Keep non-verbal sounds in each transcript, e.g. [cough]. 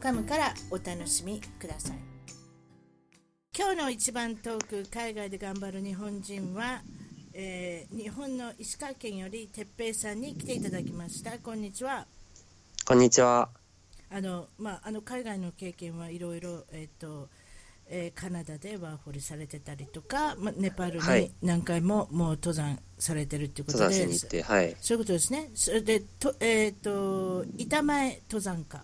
.com からお楽しみください今日の一番トーク海外で頑張る日本人は、えー日本の石川県より哲平さんに来ていただきましたこんにちはこんにちは。あのまあ、あの海外の経験はいろいろ、えーとえーカナダでワーホリされてたりとか、まあ、ネパールはいに何回ももう登山されてるっていうことで、登山しに行って、はい。そういうことですね、それでと,、えー、と板前登山家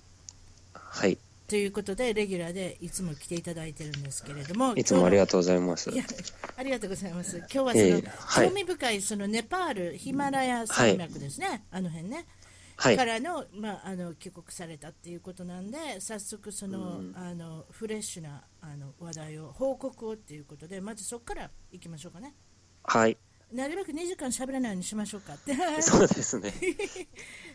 はい。ということで、レギュラーでいつも来ていただいてるんですけれども、いつもありがとうございますい。やありがとうございます。今日はその、いえいえはい興味深いそのネパールヒマラヤ山脈ですね、あの辺ね、はいか。らのまああの帰国されたっていうことなんで、早速その、あのフレッシュなあの話題を報告をっていうことで、まずそこから行きましょうかね。はい。なるべく2時間喋らないようにしましょうかって。そうですね。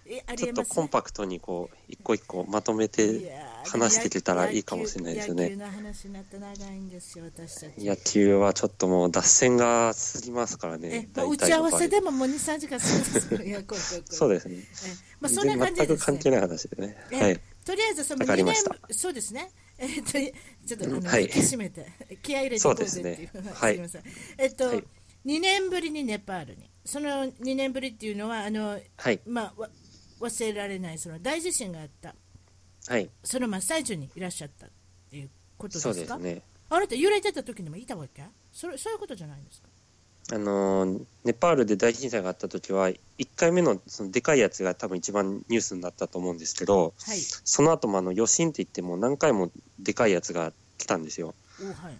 え [laughs] ありちょえっとますコンパクトにこう、一個一個まとめて話していけたらいいかもしれないですよ野球ね。の話になって長いんですよ、私たち。野球はちょっともう脱線が過ぎますからえね。もう打大体ち合の場合わせでももう2、3時間するん [laughs] ですよ。いや、こうこうこうそうですね。えまあ、そんな感じで全くす、関ね係ない話でね。えはい。とりあえずそのわかり2ま年した、そうですね、 [laughs] えっとちょっとあの、はい引き締めて、気合い入れていこうぜっていう、そうです [laughs] ねはいすみません、えっとはい2年ぶりにネパールに、その2年ぶりっていうのは、あのはい。まあ、わ忘れられないその大地震があった、はい。その真っ最中にいらっしゃったっていうことですそか、うですね。あなた、揺れてた時にもいたわけそれそういうことじゃないんですか。あのーネパールで大震災があった時は、1回目のそのでかいやつが多分一番ニュースになったと思うんですけど、はい、その後もあの余震って言ってもう何回もでかいやつが来たんですよ。おはい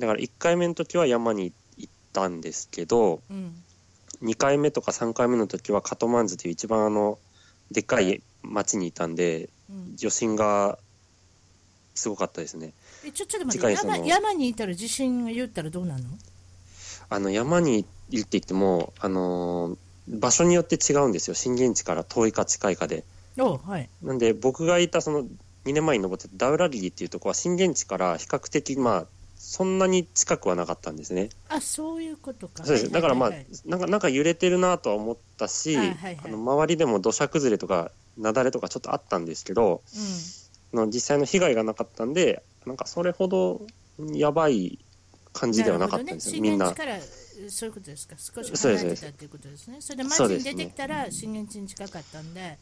だから1回目の時は山に行ったんですけど、うん2回目とか3回目の時はカトマンズという一番あの、でかい町にいたんで、うん、余震がすごかったですね。えちょちょっと待っ次て回その山山にいたら地震が言ったらどうなのあの山にいるって言っても、あのー場所によって違うんですよ。震源地から遠いか近いかで。おはいなんで僕がいたその2年前に登ってたダウラリーっていうとこは震源地から比較的まあ、そんなに近くはなかったんですね。あそういうことか。そうです。だからまあはいはいはい、なんか、なんか揺れてるなとは思ったし、あはいはいあの、周りでも土砂崩れとか、雪崩とかちょっとあったんですけど、あの実際の被害がなかったんで、なんかそれほどやばいう感ん、じではなかったんですよ、震みん源な地。からそういうことですか。少しそうです離れてたっていうことですね。それで町そうでにすね出てきたら震源地に近かったんで、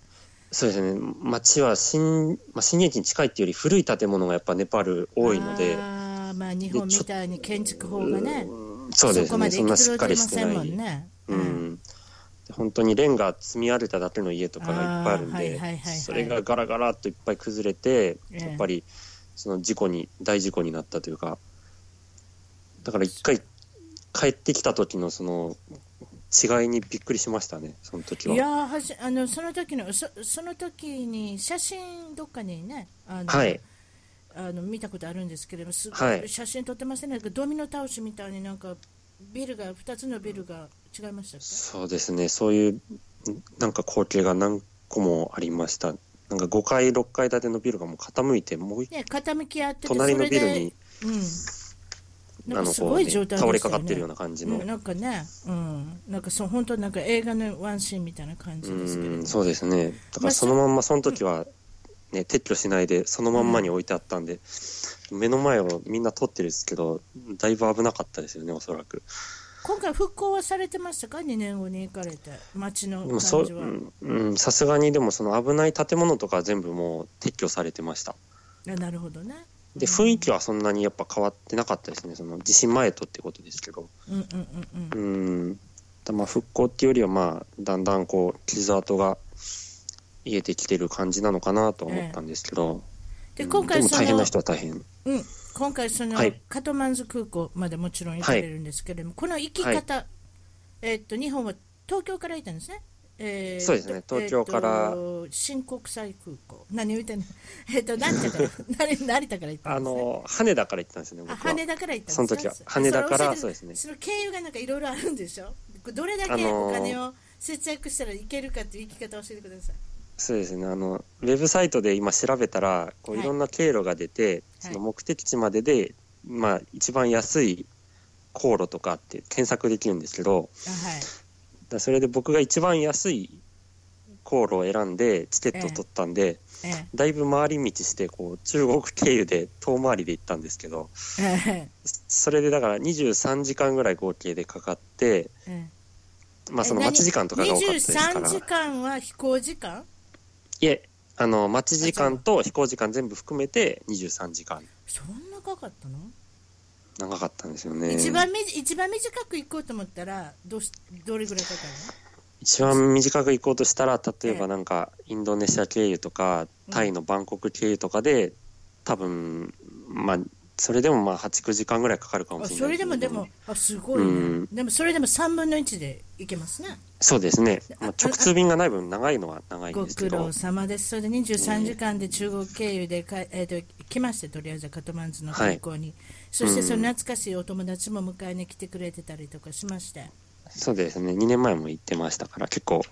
そうですね。町は震、まあ、震源地に近いっていうより古い建物がやっぱネパール多いので、あーまあ日本みたいに建築法がね、そうですこまね。でそ行んなきしっ届かいてりましてせんなもい。んね。う。ん、本当にレンガ積み上げただけの家とかがいっぱいあるあーんはいはいではいはいそれがガラガラっといっぱい崩れて、ええやっぱりその事故に大事故になったというかだから一回帰ってきた時のその違いにびっくりしましたねその時いはやーはじあのその時のそその時に写真どっかにねあの、はいあの見たことあるんですけれどもすごいはい写真撮ってませんね、ドミノ倒しみたいになんかビルが2つのビルが違いましたっけ、そうですねそういうんなんか光景が何個もありましたなんか5階6階建てのビルがもう傾いてもう一ね、傾き合ってて隣のビルに、それでうん、なあんかのすこごういね状態でしたよね倒れかかってるような感じの、うん、なんかね、うん、なんかそう本当なんか映画のワンシーンみたいな感じですけれどうもんそうですねだからそのまんまその時は、ね、撤去しないでそのまんまに置いてあったんで、目の前をみんな撮ってるんですけどだいぶ危なかったですよねおそらく今回復興はされてましたか2年後に行かれて街ので感もそうじは、うんうんさすがにでもその危ない建物とかは全部もう撤去されてましたあなるほどねで雰囲気はそんなにやっぱ変わってなかったですねその地震前とってことですけどうんうんうんうんうんだまあ復興っていうよりはまあだんだんこう傷跡が癒えてきてる感じなのかなとは思ったんですけど、でうん今回でもそ大変のな人は大変うん、今回その、はいカトマンズ空港までもちろん行かれるんですけれども、この行き方、えっと日本は東京から行ったんですねえそうですねと東京からえーと新国際空港何を言ってんの [laughs] えっと成田 [laughs] から成成田から行ったんあです、ね、の羽田から行ったんですよねあ僕は羽田から行ったんですその時はね羽田からそそれ教うですえてねその経由がなんかいろいろあるんでしょどれだけあのーお金を節約したらいけるかっていう生き方を教えてくださいそうですねあのウェブサイトで今調べたらこうはいいろんな経路が出て、その目的地までで、まあ、一番安い航路とかって検索できるんですけどあはいだからそれで僕が一番安い航路を選んでチケットを取ったんで、ええだいぶ回り道してこう中国経由で遠回りで行ったんですけどえそれでだから23時間ぐらい合計でかかって、ええまあ、えその待ち時間とかが多かったですか23ら時間は飛行時間いえあの待ち時間と飛行時間全部含めて23時間そんなかかったの、長かったんですよね一番み一番短く行こうと思ったらどうしどれぐらいかか一番短く行こうとしたら例えええばなんかインドネシア経由とかうんタイのバンコク経由とかで多分まあそれでもまあ89時間ぐらいかかるかるのもあしれそないれけでどもでもあすごいね、うんでもそれでも3分の1で行けますねそうですね、まあ、あ直通便がない分長いのは長いんごですけ苦ど労様です。それで23時間で中国経由でか、えー、と来まして、とりあえずカトマンズの空港に、そしてその懐かしいお友達も迎えに来てくれてたりとかしまして、そうですね2年前も行ってましたから結構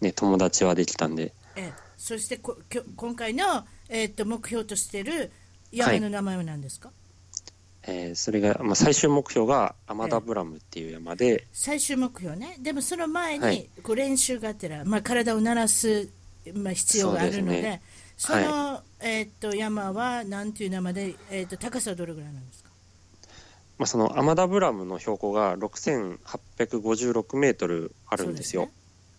ね友達はできたんでえーそしてこきょ今回の、えー、と目標としている山の名前は何ですか、えーそれが、まあ、最終目標がアマダブラムっていう山で、最終目標ね、でもその前に、はいこう練習がてら、まあ、体を慣らす、まあ、必要があるので、そそうですねの、えー、と山は何という名前で、えー、と高さはどれぐらいなんですかまあ、そのアマダブラムの標高が6856メートルあるんですよ。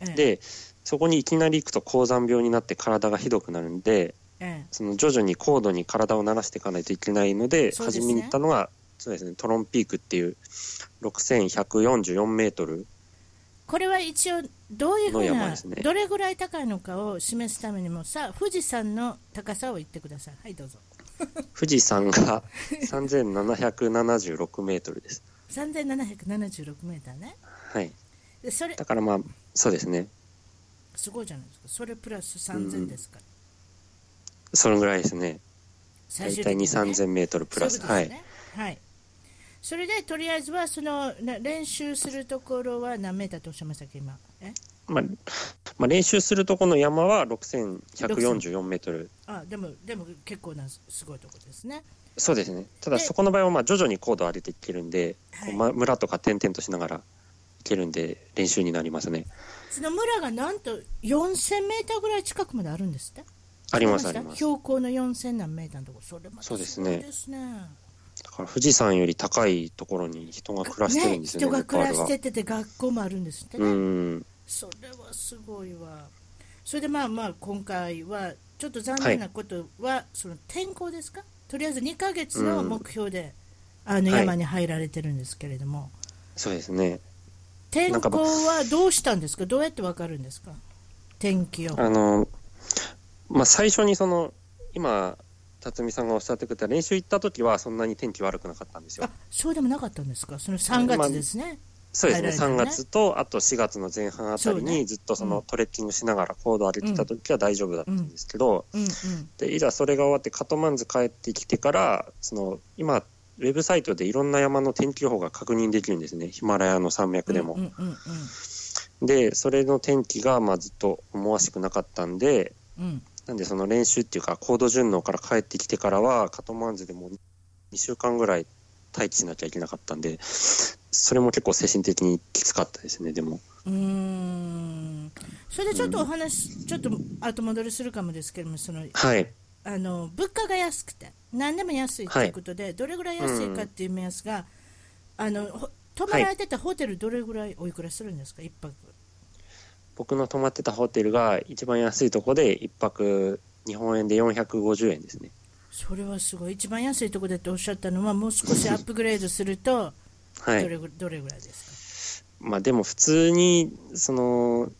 そうですねええで,、そこにいきなり行くと高山病になって体がひどくなるんでええその徐々に高度に体を慣らしていかないといけないのでそうですね初めに行ったのがそうですねトロンピークっていう6144メートルこれは一応どういうふうの山な、ですねどれぐらい高いのかを示すためにもさ富士山の高さを言ってくださいはいどうぞ富士山 [laughs] が3776メートルです。 3776メーターねはい、でそれだからまあそうですねすごいじゃないですかそれプラス3000ですから、そのぐらいですね最大終体的2にね3 0 0 0メートルプラスそうはいうことですいねはい、それでとりあえずはそのな練習するところは何メーターとおっしゃいましたっけ今えまあまあ、練習するとこの山は6144メートルあでもでも結構なすすごいところですねそうですねたえだそこの場合はまあ徐々に高度を上げていけるんで、はいこうま、村とか転々としながらいけるんで練習になりますねその村がなんと4000メーターぐらい近くまであるんですってありますそうありなんまですすか標高の4000何メーターのところ、それまたそうですねごいですねだから富士山より高いところに人が暮らしてるんですよ人ねが暮らしネパールててて学校もあるんですってね、はうんそれはすごいわそれでまあまあ今回はちょっと残念なことは、その天候ですかとりあえず2ヶ月の目標で、あのはい山に入られてるんですけれども、そうですね天なんか候はどうしたんですかどうやってわかるんですか天気をあのまあ最初にその今辰巳さんがおっしゃってくれた練習行った時はそんなに天気悪くなかったんですよあそうでもなかったんですかその3まあ月ですね、そうですね、入られ3たね月とあと4月の前半あたりそうねにずっとそうのんトレッキングしながら高度を上げてた時は大丈夫だったんですけど、うんうんでいざそれが終わってカトマンズ帰ってきてからその今ウェブサイトでいろんな山の天気予報が確認できるんですねヒマラヤの山脈でも、うんうんうんでそれの天気がまあずっと思わしくなかったんでうんうんなんでその練習っていうか高度順応から帰ってきてからはカトマンズでも2週間ぐらい待機しなきゃいけなかったんでそれも結構精神的にきつかったですねでも。うーんそれでちょっとお話、ちょっと後戻りするかもですけどもそのはいあの物価が安くて何でも安いということで、どれぐらい安いかっていう目安が、あのほ泊まられてたホテルどれぐらいおいくらするんですか、一泊僕の泊まってたホテルが一番安いとこで一泊日本円で450円ですねそれはすごい一番安いところでっておっしゃったのはもう少しアップグレードすると [laughs] はどいれぐどれぐらいですまあでも普通にその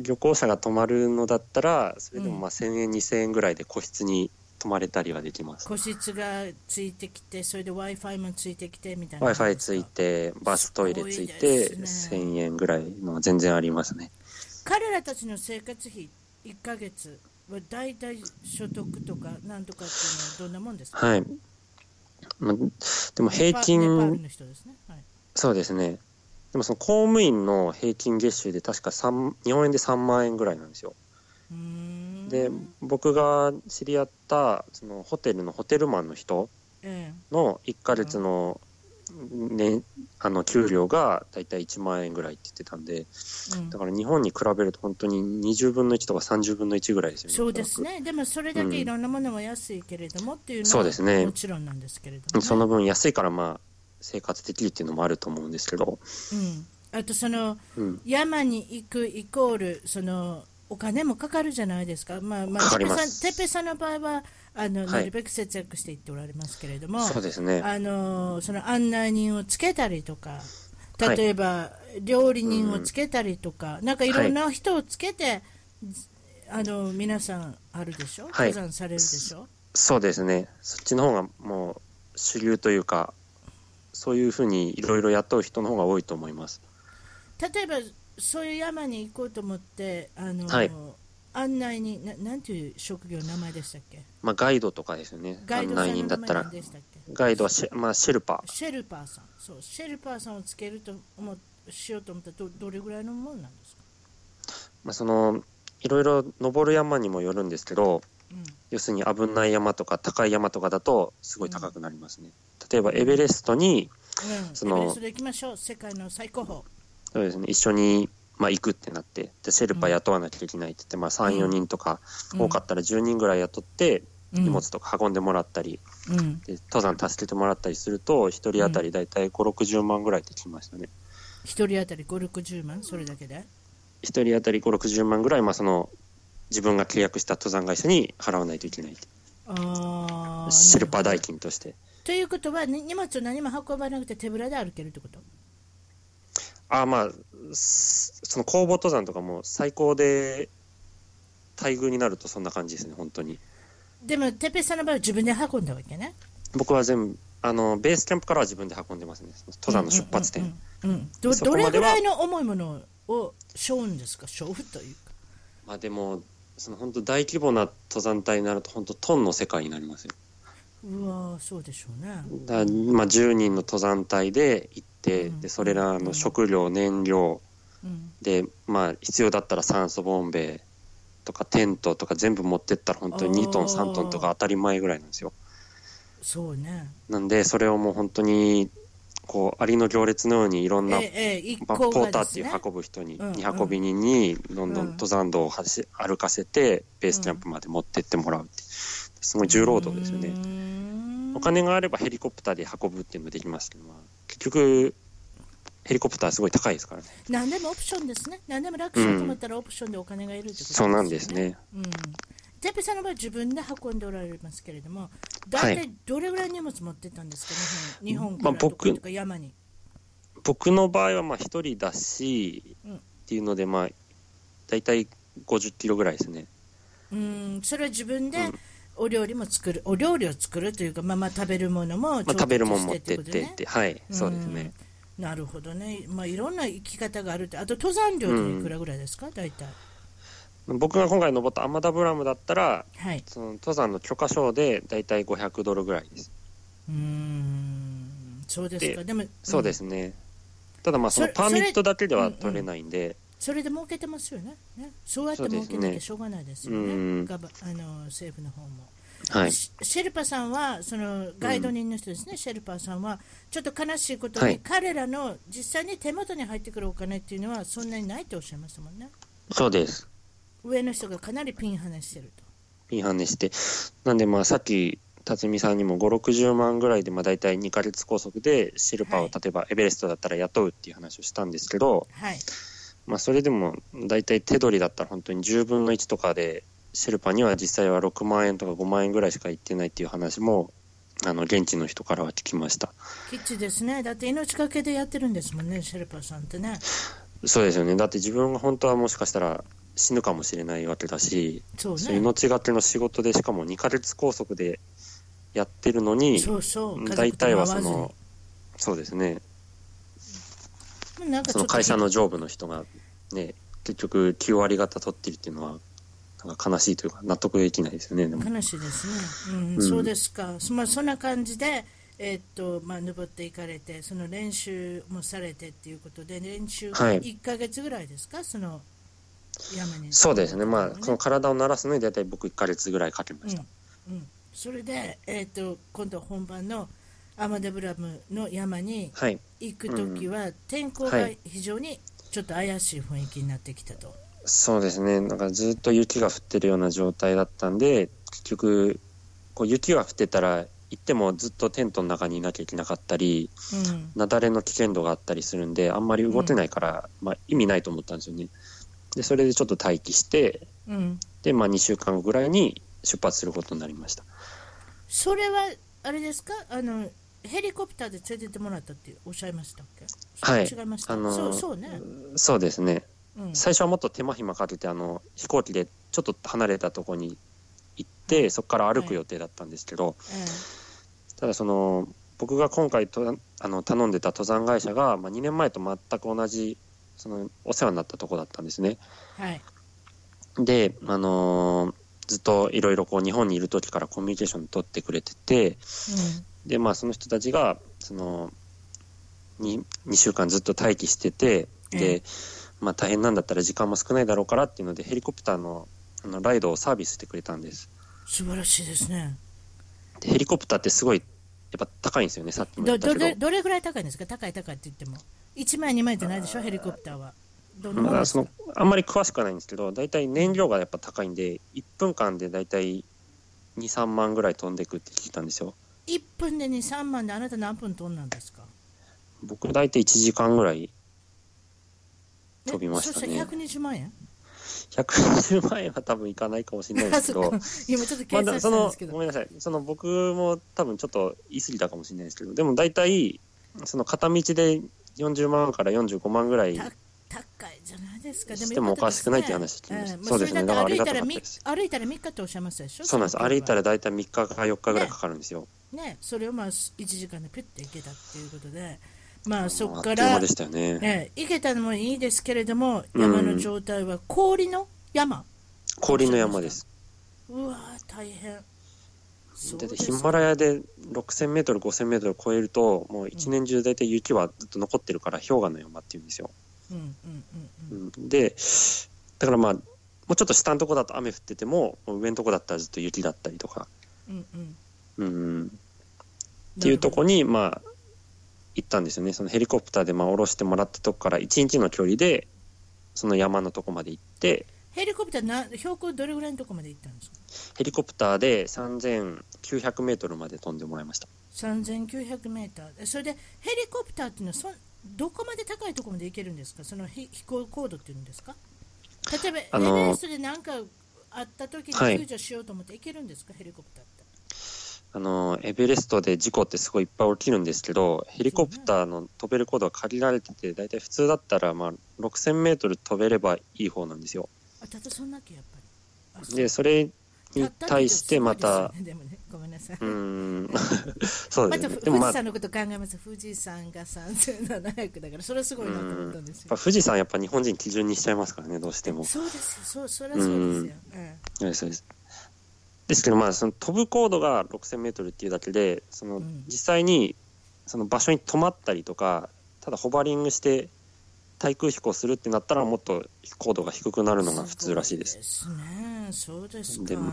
旅行者が泊まるのだったらそれでもまあ1000円2000円ぐらいで個室に泊まれたりはできますか個室がついてきてそれで w i f i もついてきてみたい w な i f i ついてバストイレついてすごいですね1000円ぐらいのは全然ありますね彼らたちの生活費1ヶ月は大体所得とかなんとかっていうのはどんなもんですか、はい。まあ、でも平ネパネパール均、の人ですね、はい、そうですね。でもその公務員の平均月収で確か3日本円で3万円ぐらいなんですよ。うーんで、僕が知り合ったそのホテルのホテルマンの人ええの1ヶ月の,、ね、あの給料がだいたい1万円ぐらいって言ってたんで、うんだから日本に比べると本当に20分の1とか30分の1ぐらいですよね。そうですね、でもそれだけいろんなものは安いけれどもっていうのそうはですねもちろんなんですけれども、うんねその分安いからまあ生活できるっていうのもあると思うんですけど、うん、あとそのうん、山に行くイコールそのお金もかかるじゃないですか、まあまあ、かかてっりぺまさんすてっぺさんの場合はあの、はいなるべく節約していっておられますけれども、そうですね。あのその案内人をつけたりとか、例えば、料理人をつけたりとか、なんかいろんな人をつけて、あの皆さんあるでしょ、はい登山されるでしょ。そうですね。そっちの方がもう主流というか、そういうふうにいろいろ雇う人の方が多いと思います。例えばそういう山に行こうと思ってあの、はい案内人ななんていう職業の名前でしたっけまあガイドとかですよね。ガイドさ案ん内の人だ名った前ら何。でしたっけガイドはシェ,、まあ、シェルパー。シェルパーさんそうシェルパーさんをつけると思っしようと思ったらどどれぐらいのもんなんですか、まあ、その、いろいろ登る山にもよるんですけど、うん要するに危ない山とか高い山とかだとすごい高くなりますね。例えばエベレストに、うん、そのエベレストで行きましょう世界の最高峰そうですね、一緒に、まあ、行くってなって、でシェルパー雇わなきゃいけないって言って、まあ、3、4人とか、多かったら10人ぐらい雇って、荷物とか運んでもらったり、うん、うんで登山助けてもらったりすると、1人当たり大体5、60万ぐらいってきましたね。一人当たり5、60万、それだけで、 1人当たり5、60万ぐらい、まあ、その、自分が契約した登山会社に払わないといけないって。あーシェルパーなる代ほど金として。ということは、に荷物を何も運ばなくて手ぶらで歩けるってことああ、まあ、すその工房登山とかも最高で、待遇になるとそんな感じですね、本当に。でも、てっぺいさんの場合は自分で運んだわけね。僕は全部、あの、ベースキャンプからは自分で運んでますね。登山の出発点。うんうんうんうんどそこどまでれはぐらいの重いものを背負うんですか、背負うというか。まあでも、その本当大規模な登山隊になると、本当トンの世界になりますよ。うわーそうでしょうね。だまあ10人の登山隊で行って、うんで、それらの食料、燃料、うん、で、まあ必要だったら酸素ボンベとかテントとか全部持ってったら本当に2トン、あー3トンとか当たり前ぐらいなんですよ。そうね。なんで、それをもう本当に、こう、アリの行列のようにいろんえなえ、ええ、一まあ、行ポがーターでってすいねう。運ぶ人に、うんに運び人にどんどうんん登山道を走歩かせてベースキャンプまで持ってってもらうってすごい重労働ですようねーんお金があればヘリコプターで運ぶっていうのもできますけど、まあ、結局ヘリコプターすごい高いですからね何でもオプションですね。何でも楽しようと思ったらオプションでお金がいるってことですそようねなんです。ねうん。テーペさんの場合自分で運んでおられますけれども、大は体どれぐらい荷物持ってったんですか、日本日本かまあらどこと僕か山に。僕の場合はまあ一人だし、うんっていうのでまあ大体50キロぐらいですねうん、それは自分でうんお料理も作る、お料理を作るというか、まあまあ食べるものも調まあ、食べるもん持っ達してってっててことっでてね。はいそうですうんね。なるほどね。まあいろんな生き方があるって、あと登山料でいくらぐらいですか、大体。僕が今回登ったアマダブラムだったらはい。その登山の許可証で大体500ドルぐらいです。うん、そうですか。ででも、。そうですすね。ただまあそのそれパーミットだけでそはれ取れないんで、それで儲けてますよね。ねそうやってそうで儲すねけなきゃしょうがないですよね。うんガバあの政府の方も。はい。シシェルパさんはそのガイド人の人ですね、シェルパーさんはちょっと悲しいことに、はい彼らの実際に手元に入ってくるお金っていうのはそんなにないとおっしゃいましたもんねそうです。上の人がかなりピンハネしてるといい話して。なんでまあさっき、辰巳さんにも5、60万ぐらいでまあ大体2ヶ月拘束でシェルパーはをい例えばエベレストだったら雇うっていう話をしたんですけど、はいまあそれでも大体手取りだったら本当に10分の1とかで、シェルパーには実際は6万円とか5万円ぐらいしか行ってないっていう話も、あの現地の人からは聞きました。キッチですねだって命がけでやってるんですもんねシェルパーさんってねそうですよね。だって自分が本当はもしかしたら死ぬかもしれないわけだし、そうそういうね命がけの仕事でしかも2ヶ月拘束でやってるのに、そうそう家大族と体もは会そわずにの、そうですね、なんかちそょっのと会社の上部の人がね、結局9割方取ってるっていうのはなんか悲しいというか納得できないですよねでも話ですね、うんうんそうですか、そまあ、そんな感じで、えーっとまあ、登っていかれて、その練習もされてっていうことで、練習がはい1か月ぐらいですか、その山に。そうですねまあこのう体を慣らすのに大体僕1ヶ月ぐらいかけました、んうんそれで、えーっと今度、本番のアマデブラムの山にはい行くときは、天候が非常にちょっと怪しい雰囲気になってきたと。そうですねなんかずっと雪が降ってるような状態だったんで結局こう雪が降ってたら行ってもずっとテントの中にいなきゃいけなかったりうん雪崩の危険度があったりするんであんまり動けないから、まあ、意味ないと思ったんですよねでそれでちょっと待機してうんで、まあ、2週間後ぐらいに出発することになりましたそれはあれですかあのヘリコプターで連れてってもらったっておっしゃいましたっけはい違いました、あのーそうそうね、そうですねうん、最初はもっと手間暇かけてあの飛行機でちょっと離れたとこに行ってそこから歩く予定だったんですけど、えただその僕が今回とあの頼んでた登山会社が、まあ、2年前と全く同じそのお世話になったとこだったんですねえはいで、あのーずっといろいろこう日本にいる時からコミュニケーション取ってくれててでまあその人たちがその 2, 2週間ずっと待機しててえで、まあ、大変なんだったら時間も少ないだろうからっていうのでヘリコプターのあのライドをサービスしてくれたんです素晴らしいですねでヘリコプターってすごいやっぱ高いんですよねさっきも言どっどたけどどどれぐらい高いんですか高い高いって言っても1枚2枚じゃないでしょヘリコプターはどのぐまらいあ、そのあんまり詳しくはないんですけど大体燃料がやっぱ高いんで1分間で大体23万ぐらい飛んでくって聞いたんですよ1分で23万であなた何分飛んだんですか僕大体1時間ぐらいえ飛びましたねそしたら120万円120万円は多分いかないかもしれない [laughs] であすそけっかど今ちょっとま計あ算だしたそんでのすけど、ごめんなさいその僕も多分ちょっと言い過ぎたかもしれないですけどでも大体その片道で40万から45万ぐらいた高いじゃないですか。してもよかったおかしくないって話聞きましたええそうですねだからありがたかそれっだたって歩いたらみ歩ですいたら3日とおっしゃいましたでしょ。そうなんですの時は歩いたら大体3日か4日ぐらいかかるんですよ、ね、それをまあ1時間でピュッて行けたっていうことで、まあそもうこあっといかう間ら、でしたよねええ行けたのもいいですけれども、うん山の状態は氷の山。氷の山ですうわー大変。そうだっでてすヒかマラヤで6000メートル、5000メートル超えると、もう一年中大体雪はずっと残ってるから、氷河の山っていうんですよ。うんうんうんうん。うんで、だからまあ、もうちょっと下のとこだと雨降ってても、もう上のとこだったらずっと雪だったりとか、うんうん。うん、っていうとこに、まあ、行ったんですよね。そのヘリコプターでまあ降ろしてもらったとこから1日の距離で、その山のとこまで行って、ヘリコプターな標高どれぐらいのとこまで行ったんですか。ヘリコプターで3900メートルまで飛んでもらいました。 3900メーター、それでヘリコプターっていうのはそんどこまで高いところまで行けるんですか、そのひ飛行高度っていうんですか、例えば、あの NS で何かあった時にはい救助しようと思って行けるんですか、ヘリコプターって。あのエベレストで事故ってすごいいっぱい起きるんですけどヘリコプターの飛べる高度は限られてて大体普通だったらまあ6000メートル飛べればいい方なんですよあただそんなけやっぱり。あでそれに対してまた、そうたったってことすごいですよねでもね、ごめんなさい。うーん [laughs] そうまですたねふでも富士まあや山のこと考えます、富士山が3700だから、それはすごいなと思ったんですっよぱ。富士山やっぱ日本人基準にしちゃいますからねどうしてもそうですよ、そうそれはそうですよ。うんそうですそうですですけどまあその飛ぶ高度が6000メートルっていうだけでそのうん実際にその場所に止まったりとかただホバリングして対空飛行するってなったらもっと高度が低くなるのが普通らしいですすごいですね、そうですか。でまあ、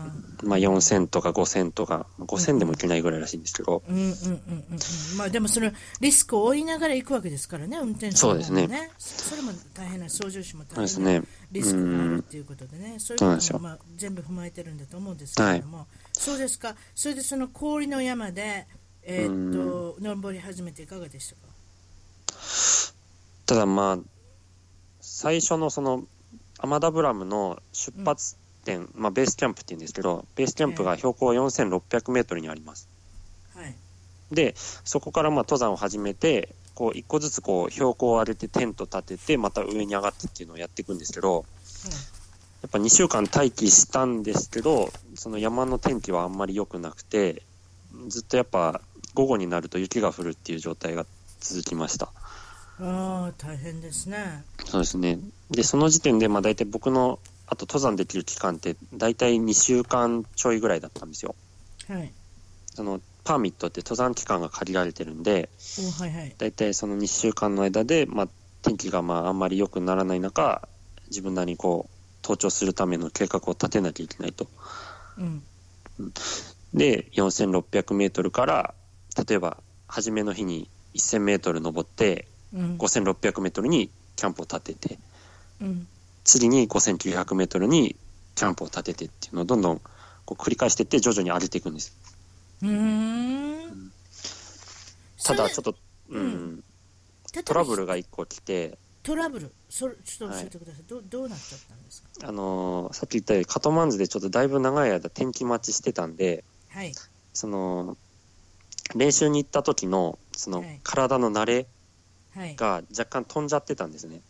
4000とか5000とか5000でもいけないぐらいらしいんですけど、うんうんうんうんうん、まあでもそのリスクを負いながら行くわけですからね、運転手さんもねそうですそれも大変な、操縦士もそう大です変なねリスクがあるということでね、そういうそうなんこですともよまあ全部踏まえてるんだと思うんですけれども、そうですか、それでその氷の山で、えーっと登り始めていかがでしたか、ただまあ最初のそのアマダブラムの出発点、まあ、ベースキャンプっていうんですけどベースキャンプが標高4600メートルにありますはいでそこからまあ登山を始めてこう一個ずつこう標高を上げてテント立ててまた上に上がってっていうのをやっていくんですけどやっぱ2週間待機したんですけどその山の天気はあんまり良くなくてずっとやっぱ午後になると雪が降るっていう状態が続きましたああ大変ですねそうですね。で、その時点で、まあ大体僕の、あと登山できる期間って、大体2週間ちょいぐらいだったんですよ。はいその、パーミットって登山期間が限られてるんで、おはいはい大体その2週間の間で、まあ、天気がまああんまり良くならない中、自分なりにこう、登頂するための計画を立てなきゃいけないと。うんで、4600メートルから、例えば、初めの日に1000メートル登って、うん5600メートルにキャンプを立てて、うん次に5900メートルにキャンプを立ててっていうのをどんどんこう繰り返していって徐々に上げていくんです。うーんただちょそっと、うんうんれトラブ例えばルが1個来て、トラブルそれちょっと教えてください、どうどうなっちゃったんですかあのーさっき言ったようにカトマンズでちょっとだいぶ長い間天気待ちしてたんで、はいその、練習に行った時の、そのはい体の慣れはいが若干飛んじゃってたんですね。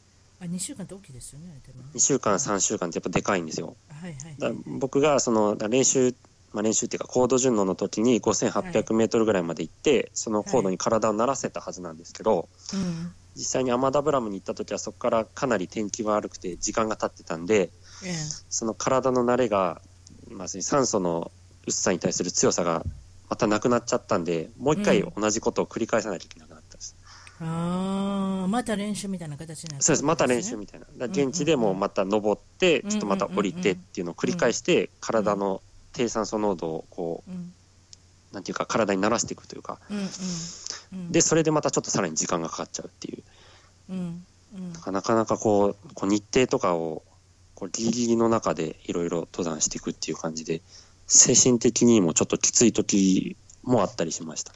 あ2週間って大きいですよねでもね2週間、3週間ってやっぱでかいんですよ。はいはいだ僕がそのだ練習、まあ、練習っていうか高度順応の時に5800メートルぐらいまで行って、その高度に体を慣らせたはずなんですけど、うん実際にアマダブラムに行った時はそこからかなり天気は悪くて時間が経ってたんでええその体の慣れがまず酸素の薄さに対する強さがまたなくなっちゃったんでもう一回うん同じことを繰り返さなきゃいけなくなったんです、ああまた練習みたいな形になっそうですまた練習みみたいなだから現地でもうまた登ってうんちょっとまた降りてっていうのを繰り返して体の低酸素濃度をこたいなうんうなんていうか体に慣らしていくというかうんうんうんでそれでまたちょっとさらに時間がかかっちゃうっていううんうんなんかなかなかこう、こう日程とかをこうギリギリの中でいろいろ登山していくっていう感じで、精神的にもちょっときつい時もあったりしました。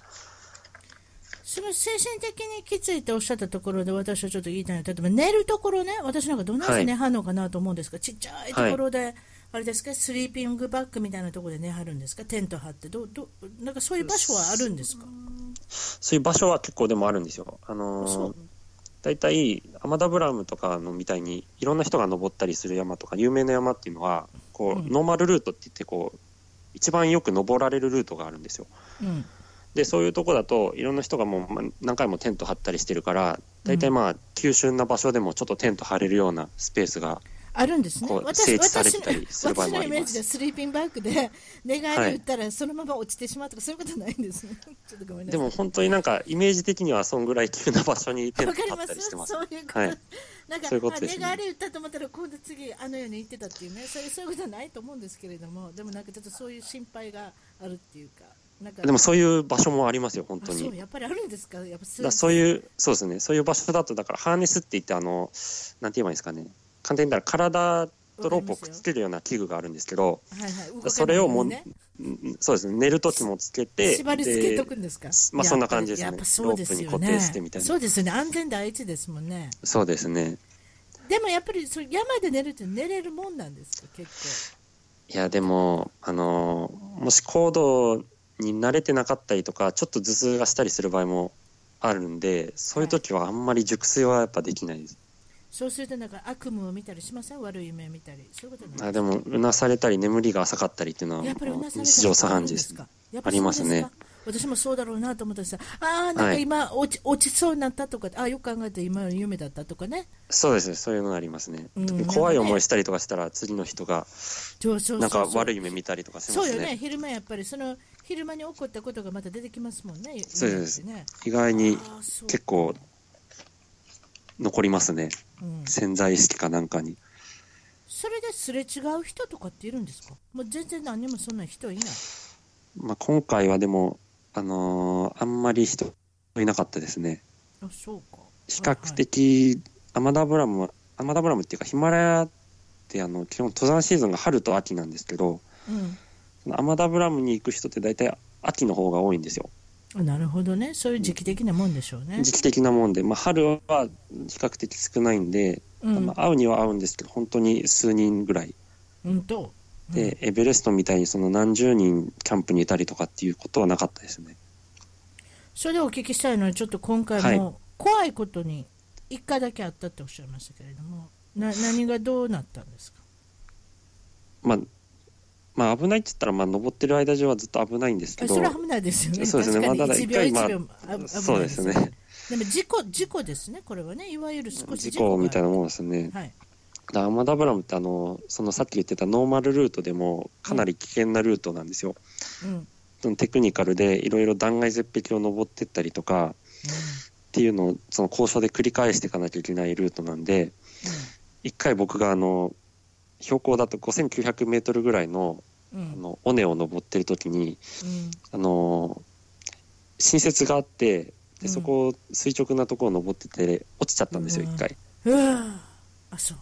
その精神的にきついとおっしゃったところで私はちょっと言いたいのは例えば寝るところね私なんかどんなはにい寝はるのかなと思うんですが、ちっちゃいところで、あれですかスリーピングバッグみたいなところで寝はるんですかテント張ってどうどうなんかそういう場所はあるんですか、そういう場所は結構でもあるんですよ。あそのうー、大体、アマダブラムとかのみたいに、いろんな人が登ったりする山とか、有名な山っていうのは、こう、うんノーマルルートって言って、こう、一番よく登られるルートがあるんですよ。うんで、そういうとこだと、いろんな人がもうま何回もテント張ったりしてるから、大体まあ、急峻な場所でもちょっとテント張れるようなスペースがあるんですねこう私整地され私てのたりする場合私ものあイりますメージでスリーピングバッグで寝返はりい打ったらそのまま落ちてしまうとか、そういうことないんですねちょっとごめんなでさいも本当になんかイメージ的にはそんぐらい急な場所にテンわトかり張まったすりしてます。 [laughs] そういうこと、はいなんかそういうことですねあ寝返り打ったと思ったら今度次あのように行ってたっていうねそういうそういうことはないと思うんですけれどもでもなんかちょっとそういう心配があるっていうかなんかでもそういう場所もありますよ本あ当に。そうやっぱりあるんですかやっぱだそうからそういうそうですねそういう場所だとだからハーネスって言ってあのなんて言えばいいんですかね簡単に言ったら体とロープをくっつけるような器具があるんですけどはいはい動かないそれをもう、ねうんそうですね寝る時もつけて縛り付けとくんですかでまあそんな感じですねやっぱそうですよねロープに固定してみたいなそうですよね安全第一ですもんねでそうですねでもやっぱりそれ山で寝るって寝れるもんなんですか結いやでもあのもし行動に慣れてなかったりとかちょっと頭痛がしたりする場合もあるんでそういう時はあんまり熟睡はやっぱできないです。構そうするとなんか悪夢を見たりしません悪い夢を見たりそういうことないあでもうなされたり眠りが浅かったりっていうのはやっぱりうなされた日常茶飯事ですことあるんか。やっぱそうありますねですか。私もそうだろうなと思ったらさ、ああ、なんかはい今落ち、落ちそうになったとか、ああ、よく考えて今の夢だったとかね。そうですねそういうのありますね、うん特に怖い思いしたりとかしたら次の人が上昇なんか悪いい。夢見たりとかしまそうすよね、ね昼間やっぱり、その昼間に起こったことがまた出てきますもんね。そうです夢ってね意外にああそう結構残りますねうん潜在意識かなんかにそれですれ違う人とかっているんですかもう全然何にもそんな人いない。まあ、今回はでも、あのーあんまり人いなかったですね。あ、そうか。比較的、アマダブラムは、アマダブラムっていうかヒマラヤってあの、基本登山シーズンが春と秋なんですけど、はいはい。うんそのアマダブラムに行く人って大体秋の方が多いんですよ。あなるほどね、そういう時期的なもんでしょうね。時期的なもんで、まあ、春は比較的少ないんで、うんま、あ、合うには合うんですけど、本当に数人ぐらい。うんと。うんで、エベレストみたいにその何十人キャンプにいたりとかっていうことはなかったですね。それでお聞きしたいのは、ちょっと今回も怖いことに一回だけあったっておっしゃいましたけれども、な何がどうなったんですか。まあ、まあ、危ないって言ったら、まあ、登ってる間中はずっと危ないんですけあど、それは危ないですよね。そうですね確かにまあただ1秒一回1秒あ危ないそうですね。でも事故事故ですね、これはね、いわゆる少し事故みたいな。なもんですね。はい、でアーマダブラムってあの、そのさっき言ってたノーマルルートでもかなり危険なルートなんですよ。うんうんそのテクニカルでいろいろ断崖絶壁を登ってったりとかっていうのをその交差で繰り返していかなきゃいけないルートなんで、一回僕があの、標高だと5900メートルぐらいのうんうんあの尾根を登ってる時に、うんあのー新雪があってうんでそこを垂直なところを登ってて落ちちゃったんですようわ一回うわあそ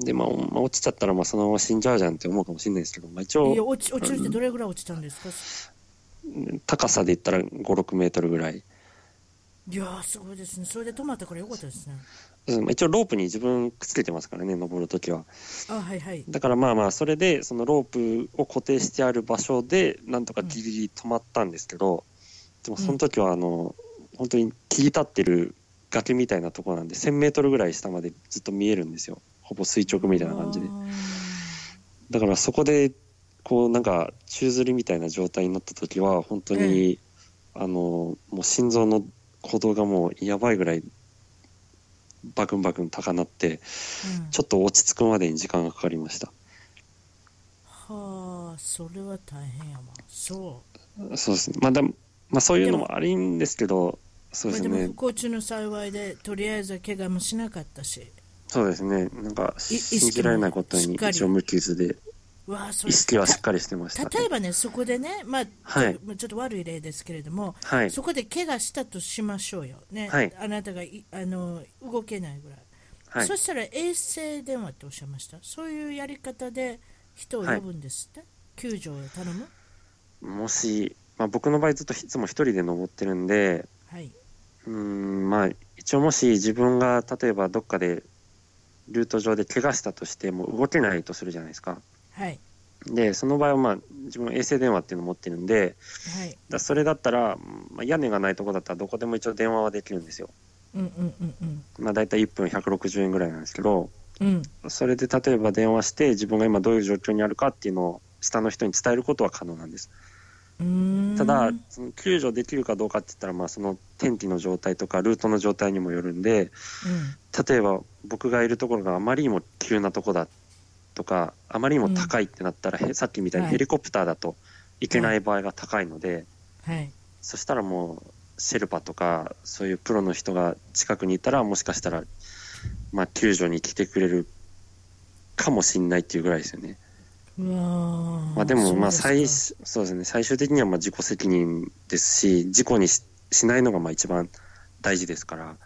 うで、まあ、まあ落ちちゃったらまあそのまま死んじゃうじゃんって思うかもしれないですけど、まあ、一いや応落ち落ちるってどれぐらい落ちたんですか、高さで言ったら56メートルぐらい、いやーすごいですねそれで止まったからよかったですねうんまあ、一応ロープに自分くっつけてますからね登る時はあはいはいだからまあまあそれでそのロープを固定してある場所でなんとかギリギリ止まったんですけど、でもその時はあの本当に切り立ってる崖みたいなところなんで1000メートルぐらい下までずっと見えるんですよほぼ垂直みたいな感じであーだからそこでこうなんか宙づりみたいな状態になった時は本当に、あのもう心臓の鼓動がもうやばいぐらいバクンバクン高鳴ってうんちょっと落ち着くまでに時間がかかりましたはあそれは大変やわそそうですね。まあ、だまあ、そういうのもありんですけど、うそうですまあ、でねも不。幸中の幸いでとりあえずは怪我もしなかったしそうですね。なんか、い意識も信じられないことしにっかり一応無傷で、わあそ意れ識はしっかりしてました、例えばねそこでねまあ、はいまあちょっと悪い例ですけれどもはい。そこで怪我したとしましょうよ、ねはいあなたがいあの動けないぐらい、はいそ。したら衛星電話っておっしゃいました、そういうやり方で人を呼ぶんですって、救助を頼む、もし、まあ、僕の場合ずっといつも一人で登ってるんで、はい、うーん、まあ、一応もし自分が、例えばどっかで、ルート上で怪我したとしても動けないとするじゃないですか。はい、で、その場合はまあ、自分衛星電話っていうのを持ってるんで、はい、だそれだったら、まあ、屋根がないとこだったらどこでも一応電話はできるんですよ。うんうんうんうん、まあ、大体1分160円ぐらいなんですけど、うん、それで例えば電話して、自分が今どういう状況にあるかっていうのを下の人に伝えることは可能なんです。うーんただ、その救助できるかどうかって言ったら、まあ、その天気の状態とかルートの状態にもよるんで、例えば僕がいるところがあまりにも急なとこだとか、あまりにも高いってなったら、へさっきみたいにヘリコプターだといけない場合が高いので、うん、はい、そしたらもう、シェルパとか、そういうプロの人が近くにいたら、もしかしたら、まあ、救助に来てくれるかもしんないっていうぐらいですよね。うわーまあ、でも、まあ、そうで最、すかそうですね、最終的には、まあ、自己責任ですし、事故にししないのが、まあ、一番大事ですから、あ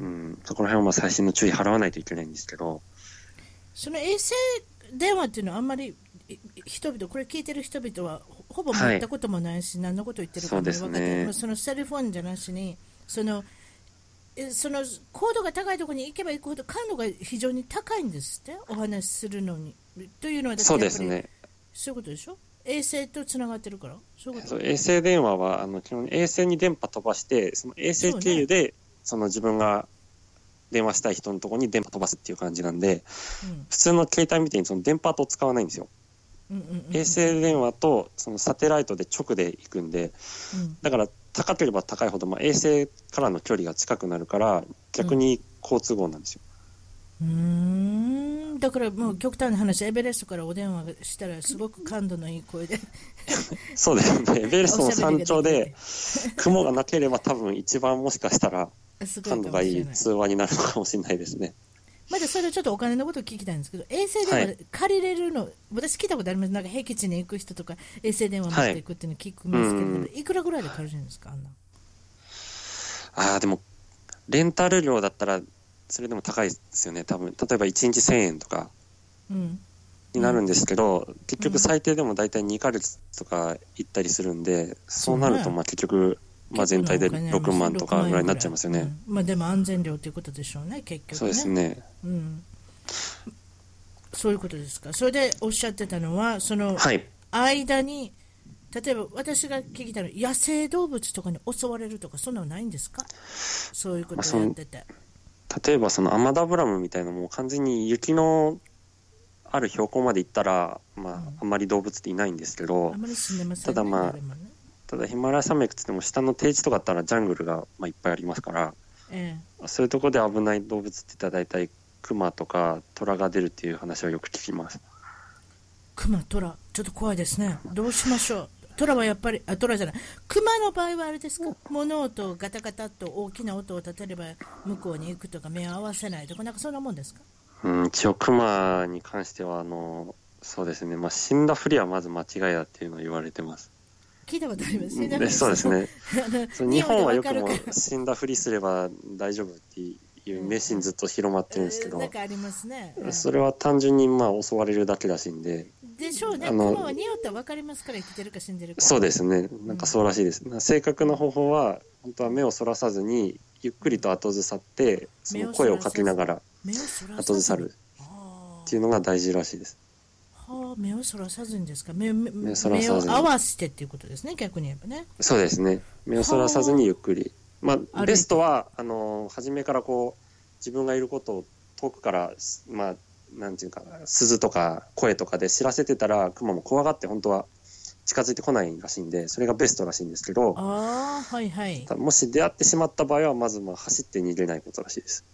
ーうん、そこら辺は、まあ、最新の注意払わないといけないんですけど、その衛星電話っていうのはあんまりい人々これ聞いてる人々はほほぼはい持ったこともないし、何のこと言ってるかもそう分かっですねてない、そのセルフォンじゃなしにそのえその高度が高いところに行けば行くほど感度が非常に高いんですってお話しするのにというのはだってそやっぱうでりすね、そういうことでしょ衛星とつながってるからそういうこそとう衛星電話はあの基本衛星に電波飛ばしてその衛星経由でその自分が電話したい人のところに電波飛ばすっていう感じなんでうん普通の携帯みたいにその電波と使わないんですようんうんうんうん衛星電話とそのサテライトで直で行くんでうんだから高ければ高いほど、まあ、衛星からの距離が近くなるから逆に好都合なんですよ、うーんだからもう極端な話エベレストからお電話したらすごく感度のいい声でそうですねエベレストの山頂おしゃべりができで雲がなければ多分一番もしかした [laughs] らすごいか感も度がしいれいない通話になるのかもしれないですねまだそれはちょっとお金のことを聞きたいんですけど、衛星電は話借りれるの、私聞いたことあります、なんか僻地に行く人とか、衛星電話持っていくっていうのを聞くんですけれども、はいい、くらぐらいで借りれるんですか、あんな。ああ、でも、レンタル料だったら、それでも高いですよね、多分例えば1日1000円とかうん、になるんですけど、結局最低でも大体2ヶ月とか行ったりするんで、そうなるそと、うねまあ結局、まあ全体で6万とかぐらいになっちゃいますよね。うんまあ、でも安全料ということでしょうね、結局ね。そうですね。うん、そういうことですか、それでおっしゃってたのは、そのはい。間に、例えば私が聞きたいのは、野生動物とかに襲われるとか、そんなのないんですか、そういうことをやってて。例えばそのアマダブラムみたいなもう完全に雪のある標高まで行ったら、まああんまり動物っていないんですけどあ、まり死んでませんね、ただまあ誰もねただヒマラヤ山脈って言っても下の低地とかだったらジャングルがまあいっぱいありますからえそういうとこで危ない動物って言ったら大体クマとかトラが出るっていう話はよく聞きますクマ、トラ、ちょっと怖いですね。どうしましょう。トラはやっぱり、あ、トラじゃない。クマの場合はあれですか、物音をガタガタっと大きな音を立てれば向こうに行くとか目を合わせないとか、なんかそんなもんですかうん一応クマに関してはあのそうですね、まあ、死んだふりはまず間違いだっていうのを言われてます聞いたことありますうんでそうです。ねあの [laughs] そう日本はよく匂いでもわかるから死んだふりすれば大丈夫っていう迷信ずっと広まってるんですけど、なんかありますね。それは単純にまあ襲われるだけらしいんで、でしょうね。あクのマは匂ったらわかりますから生きてるか死んでるか。そうですね、なんかそうらしいです。正確な方法は、本当は目をそらさずに、ゆっくりと後ずさって、その声をかけながら目をそらさず後ずさるあっーていうのが大事らしいです。はあ、目をそらさずにですか目目目目ををそらさずに合わせてっていうことですね、逆に言えばね。そうですね、目をそらさずにゆっくり。ま歩いてあ、ベストは、あの、初めからこう、自分がいることを遠くから、まあ、なんていうか、鈴とか声とかで知らせてたら、クマも怖がって本当は近づいてこないらしいんで、それがベストらしいんですけど、ああ、はいはい。もし出会ってしまった場合は、まずまあ走って逃げないことらしいです。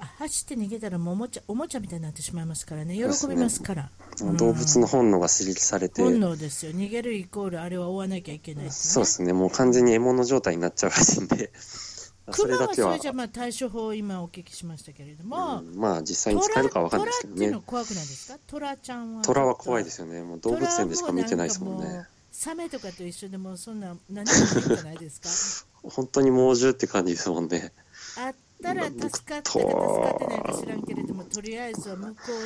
あ走って逃げたらもうおもちゃおもちゃみたいになってしまいますからね、喜びますから。うん動物の本能が刺激されて、本能ですよ、逃げるイコールあれは追わなきゃいけないってねそうですね、もう完全に獲物状態になっちゃうらしいんで、そ熊れだはけそはれじ、ゃまあ対処法を今お聞きしましたけれども、うんまあ実際にト使えラるかは分かトんないラですっけどていうねの。怖くないですかトラちゃんは。。トラは怖いですすよね、もう動物園でしか見てないですもんトラはう [laughs] ねな。かもうサメとかと一緒でもうそんな何もないじゃないですか。本当に猛獣って感じですもんね。あったら助かったか助僕とかってないか知らんけれども、とりあえずは向こうの。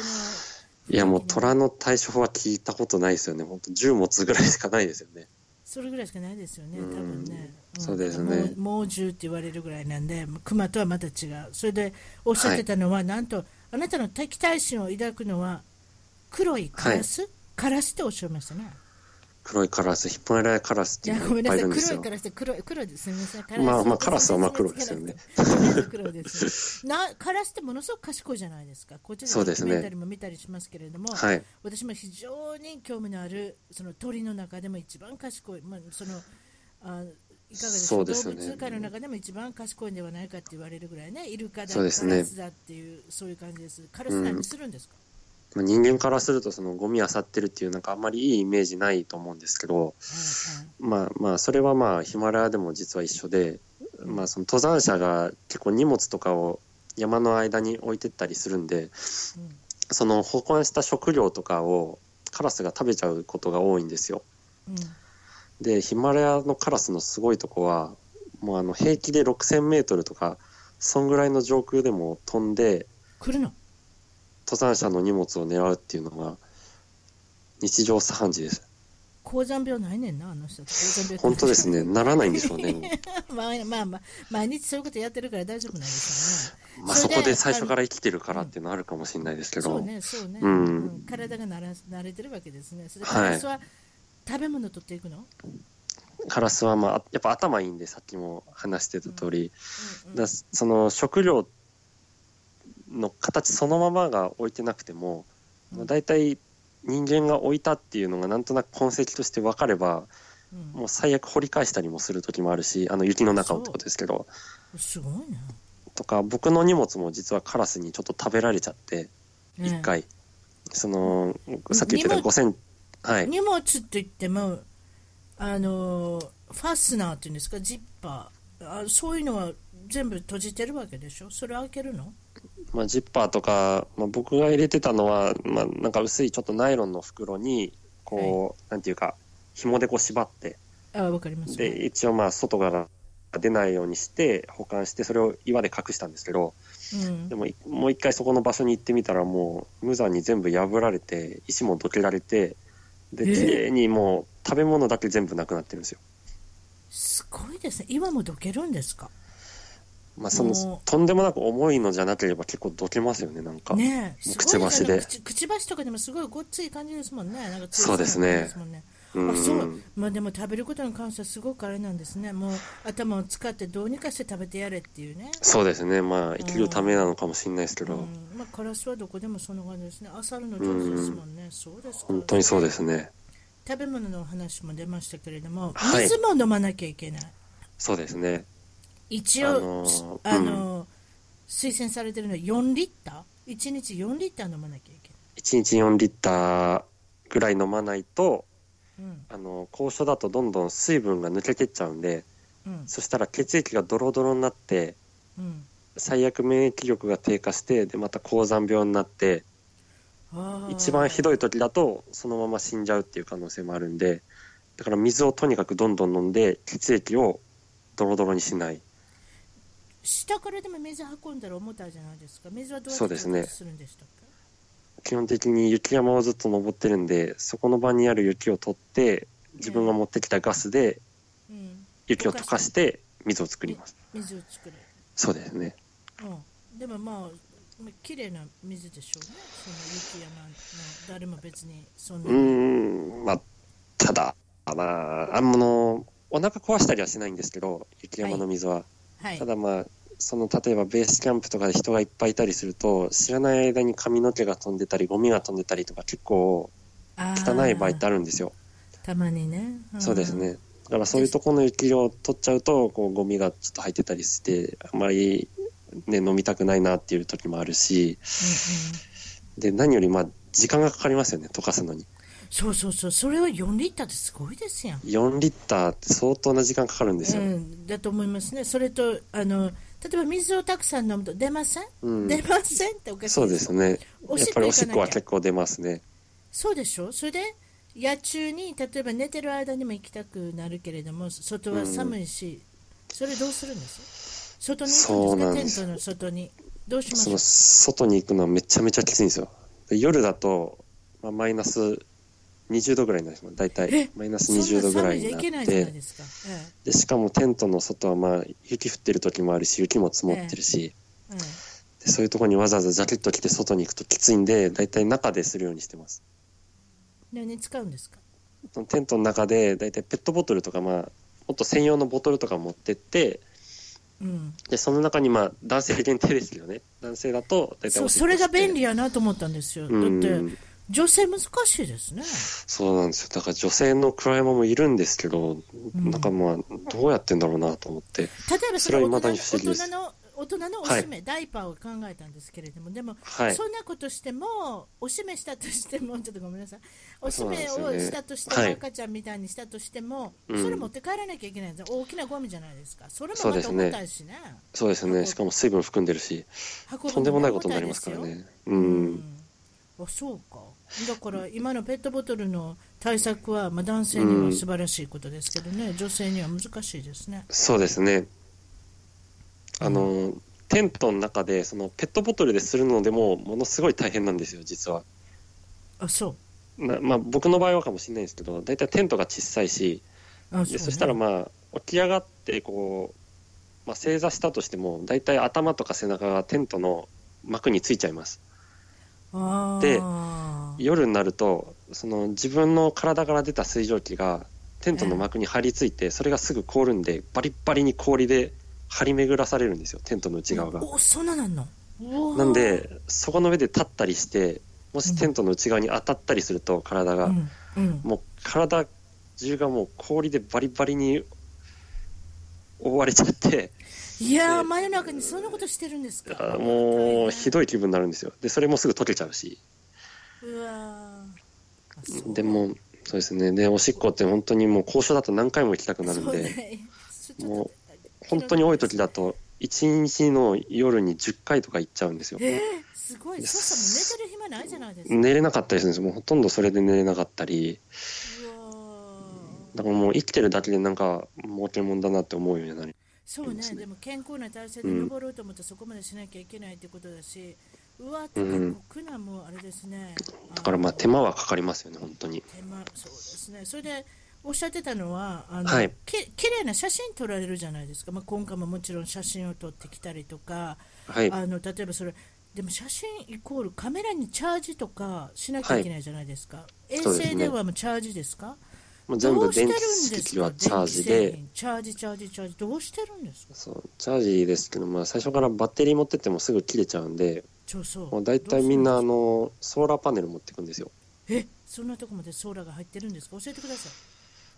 いやもうトラの対処法は聞いたことないですよね、本当、銃持つぐらいしかないですよね。それぐらいしかないですよね、多うん分ね。んそうですね猛猛獣って言われるぐらいなんで、クマとはまた違う。それでおっしゃってたのは、なんと、あなたの敵対心を抱くのは、黒いカラス、カラスっておっしゃいましたね。黒いカラス、ヒッポエラヤカラスっいていやう、のごがいめっんなぱさいい、いるんです黒いカ。ラスって黒い、よ黒いです。すみません。カまあまあカラスは真っ黒ですよね。黒ですよね。な、カラスってものすごく賢いじゃないですか。こっちでそうでドすねキュメンタリーも見たりしますけれども、はい、私も非常に興味のあるその鳥の中でも一番賢い、まあ、そのあいかがですかそうですよね動物界の中でも一番賢いんではないかって言われるぐらいね、イルカだ、そうですねカラスだっていう、そういう感じです。カラス何するんですか、まあ人間からすると、そのゴミ漁ってるっていう、なんかあんまりいいイメージないと思うんですけど、うんまあまあそれはまあヒマラヤでも実は一緒で、まあ、その登山者が結構荷物とかを山の間に置いてったりするんでうんその保管した食料とかをカラスが食べちゃうことが多いんですようんうんでヒマラヤのカラスのすごいとこはもうあの平気で6 0 0 0ルとかそんぐらいの上空でも飛んで来るの登山者の荷物を狙うっていうのが日常茶飯事です高山病ないねんな、あの人。高山病って本当です [laughs] ねならないんでしょうねもうまあまあまあ、毎日そういうことやってるから大丈夫なんですよね。まあ、そそれでこで最初から生きてるからっていうのあるかもしれないですけそど、うね、そうね。うんん体が慣ら慣れてるわけですね。それで、はカラいスは食べ物取っていくの、カラスは、まあ、やっぱ頭いいんでさっきも話してた通り、うんうんだその食料の形そのままが置いてなくても、まあ、大体人間が置いたっていうのがなんとなく痕跡として分かればうんもう最悪掘り返したりもする時もあるしあの雪の中をってことですけどすごいな。とか僕の荷物も実はカラスにちょっと食べられちゃってね一回、そのさっき言ってた5センはい荷物といっても、あのーファスナーっていうんですか、ジッパーあ、そういうのは全部閉じてるわけでしょ、それ開けるのまあ、ジッパーとか、まあ、僕が入れてたのは、まあ、なんか薄いちょっとナイロンの袋にこう、なんていうか紐でこう縛ってあわかります。で一応まあ外から出ないようにして保管してそれを岩で隠したんですけどうんでもいもう一回そこの場所に行ってみたらもう無残に全部破られて石もどけられてえでー綺麗にもう食べ物だけ全部なくなってるんですよ。すごいですね、岩もどけるんですか。まあ、そものうとんでもなく重いのじゃなければ結構どけますよねなんか。ねえ、すごいくちばしであのくちくちばしとかでもすごいごっつい感じですもんね、なんかそうですね強そうな感じですもんねうんあそうまあ、でも食べることに関してはすごくあれなんですね、もう頭を使ってどうにかして食べてやれっていうね、そうですねまあ生きるためなのかもしれないですけど。うんまあ、カラスはどこでもそんな感じですね、あさるの上手ですもんね、そうですか本当にそうですね。食べ物のお話も出ましたけれども、はい水も飲まなきゃいけない。そうですね。一あ応のーすうんあのー、推薦されてるのは4リッター ?1 日4リッター飲まなきゃいけ1日4リッターぐらい飲まないと、ない。あの、高所だとどんどん水分が抜けてっちゃうんで、うんうんそしたら血液がドロドロになって、うん最悪免疫力が低下して、で、また高山病になって、あー一番ひどい時だと、そのまま死んじゃうっていう可能性もあるんで、だから水をとにかくどんどん飲んで、血液をドロドロにしない。下からでも水運んだら重たいじゃないですか。水はどうやそっうてですね調達するんでしたっけ基本的に雪山をずっと登ってるんで、そこの場にある雪を取って、自分が持ってきたガスでうん、雪を溶かして水を作ります。水を作る。そうですね。うん、でもまあ、まあ綺麗な水でしょうね。その雪山の誰も別にそんなうーん、まあ、ただ、まあ、あの、お腹壊したりはしないんですけど、雪山の水は。はいた。だまあ、その例えばベースキャンプとかで人がいっぱいいたりすると、知らない間に髪の毛が飛んでたり、ゴミが飛んでたりとか、結構あー汚い場合ってあるんですよ。たまにね。んそうです。ね。だからそういうところの雪を取っちゃうと、こうゴミがちょっと入ってたりして、あまり、ね、飲みたくないなっていう時もあるし、うんうんで、何よりまあ、時間がかかりますよね、溶かすのに。そうそうそう、それは4リッターってすごいですやん。 4リッターって相当な時間かかるんですうよ。ん、だと思いますね、それとあの例えば水をたくさん飲むと出ません、うん出ませんっておかしいそうですね。おやっしっぱこり行おかしっなこきゃは結構出ますね。そうでしょ、それで夜中に例えば寝てる間にも行きたくなるけれども、外は寒いし、それどうするんです外に行くそうんなんでですすか、テントの外に。どうしまそしょの、外に行くのはめちゃめちゃきついんですよ。で夜だと、まあ、マイナス20度ぐらいになります。大え体、マイナう、スそん20な度ぐら寒いいじゃいになっけないじゃないてで、すか。えで、しかもテントの外はまあ、雪降ってる時もあるし、雪も積もってるし、えええでそういうところにわざわざジャケット着て外に行くときついんで、大体中でするようにしてます。何使うんですかそのテントの中で、大体ペットボトルとか、まあ、もっと専用のボトルとか持ってって、うん、で、その中にまあ、男性限定ですけどね。男性だと、大体そうおしっこしてそれが便利やなと思ったんですよ、だうってん。女性、難しいですね。そうなんですよ。だから女性のクライマーもいるんですけど、うんなんかまあ、どうやってんだろうなと思って。例えばそのそれは大未だ人に不思大議です人の大人のおしめ、ダイパーを考えたんですけれども、でも、はい。そんなことしても、おしめしたとしても、 [laughs] ちょっとごめんなさい、おしめそうなをんですよねしたとしても、はい赤ちゃんみたいにしたとしても、うんそれ持って帰らなきゃいけないんですよ大きなゴミじゃないですか、それもそうまでたすね重たいしね、そうですね。しかも水分含んでるし、運ぶのとんでもないことになりますから重たいでね。すうよ。ん。うんあそうかだから今のペットボトルの対策は、まあ、男性には素晴らしいことですけどね、女性には難しいですね。そうですね。あの、テントの中で、そのペットボトルでするのでも、ものすごい大変なんですよ、実は。あそうなまあ、僕の場合はかもしれないんですけど、大体テントが小さいし、あでそしたらうねまあ起き上がってこう、まあ、正座したとしても大体頭とか背中がテントの幕についちゃいますあでー夜になるとその自分の体から出た水蒸気がテントの幕に張り付いてそれがすぐ凍るんでバリッバリに氷で張り巡らされるんですよテントの内側がおそんななんのなんでそこの上で立ったりしてもしテントの内側に当たったりすると体うが、んうんもう体中がもう氷でバリバリに覆われちゃっていやー真夜中にそんなことしてるんですかあもうひいどい気分になるんですよでそれもすぐ溶けちゃうしうわーあそうでもそうですねでおしっこって本当にもう高所だと何回も行きたくなるんそうで、ねちょっとも本当に多い時だと1日の夜に10回とか行っちゃうんですよえー、すごいそしたらもう寝てる暇ないじゃないですか寝れなかったりするんですよもうほとんどそれで寝れなかったりうわーだからもう生きてるだけでなんか儲けもんだなって思うようになりそうねでも健康な体制で登ろうと思ったらそこまでしなきゃいけないってことだしうわーって過酷なもうあれですねだからまあ手間はかかりますよね本当に手間そうですねそれでおっしゃってたのはあの、はいき綺麗な写真撮られるじゃないですか、まあ、今回ももちろん写真を撮ってきたりとか、はいあの例えばそれでも写真イコールカメラにチャージとかしなきゃいけないじゃないですか、衛そうです星ね電話もチャージですかもう全ど部うして電るんで気す機器かはチャー電気ジ製で品チャージチャージチャージどうしてるんですかそうチャージですけど、まあ、最初からバッテリー持ってってもすぐ切れちゃうんでそうそうもう大体みんなあどうのソーラーパネル持ってくんですよ。するんですそんなとこまでソーラーが入ってるんですか教えてくださ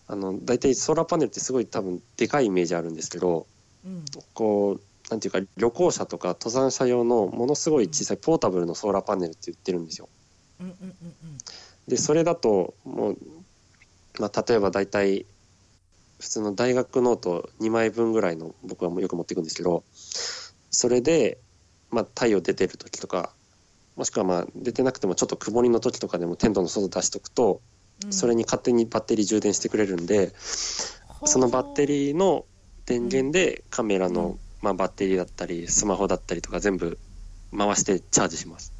あの大体ソーラーパネルってすごい多分でかいイメージあるんですけどい、うん、こうなんていうか旅行者とか登山者用のものすごい小さいポータブルのソーラーパネルって言ってるんですよ。うんうんうんうんでそれだともう、まあ、例えば大体普通の大学ノート2枚分ぐらいの僕はもうよく持っていくんですけどそれで、まあ、太陽出てる時とかもしくはまあ出てなくてもちょっと曇りの時とかでもテントの外出しとくとうんそれに勝手にバッテリー充電してくれるんでそのバッテーリーの電源でカメラの、まあ、バッテリーだったりスマホだったりとか全部回してチャージします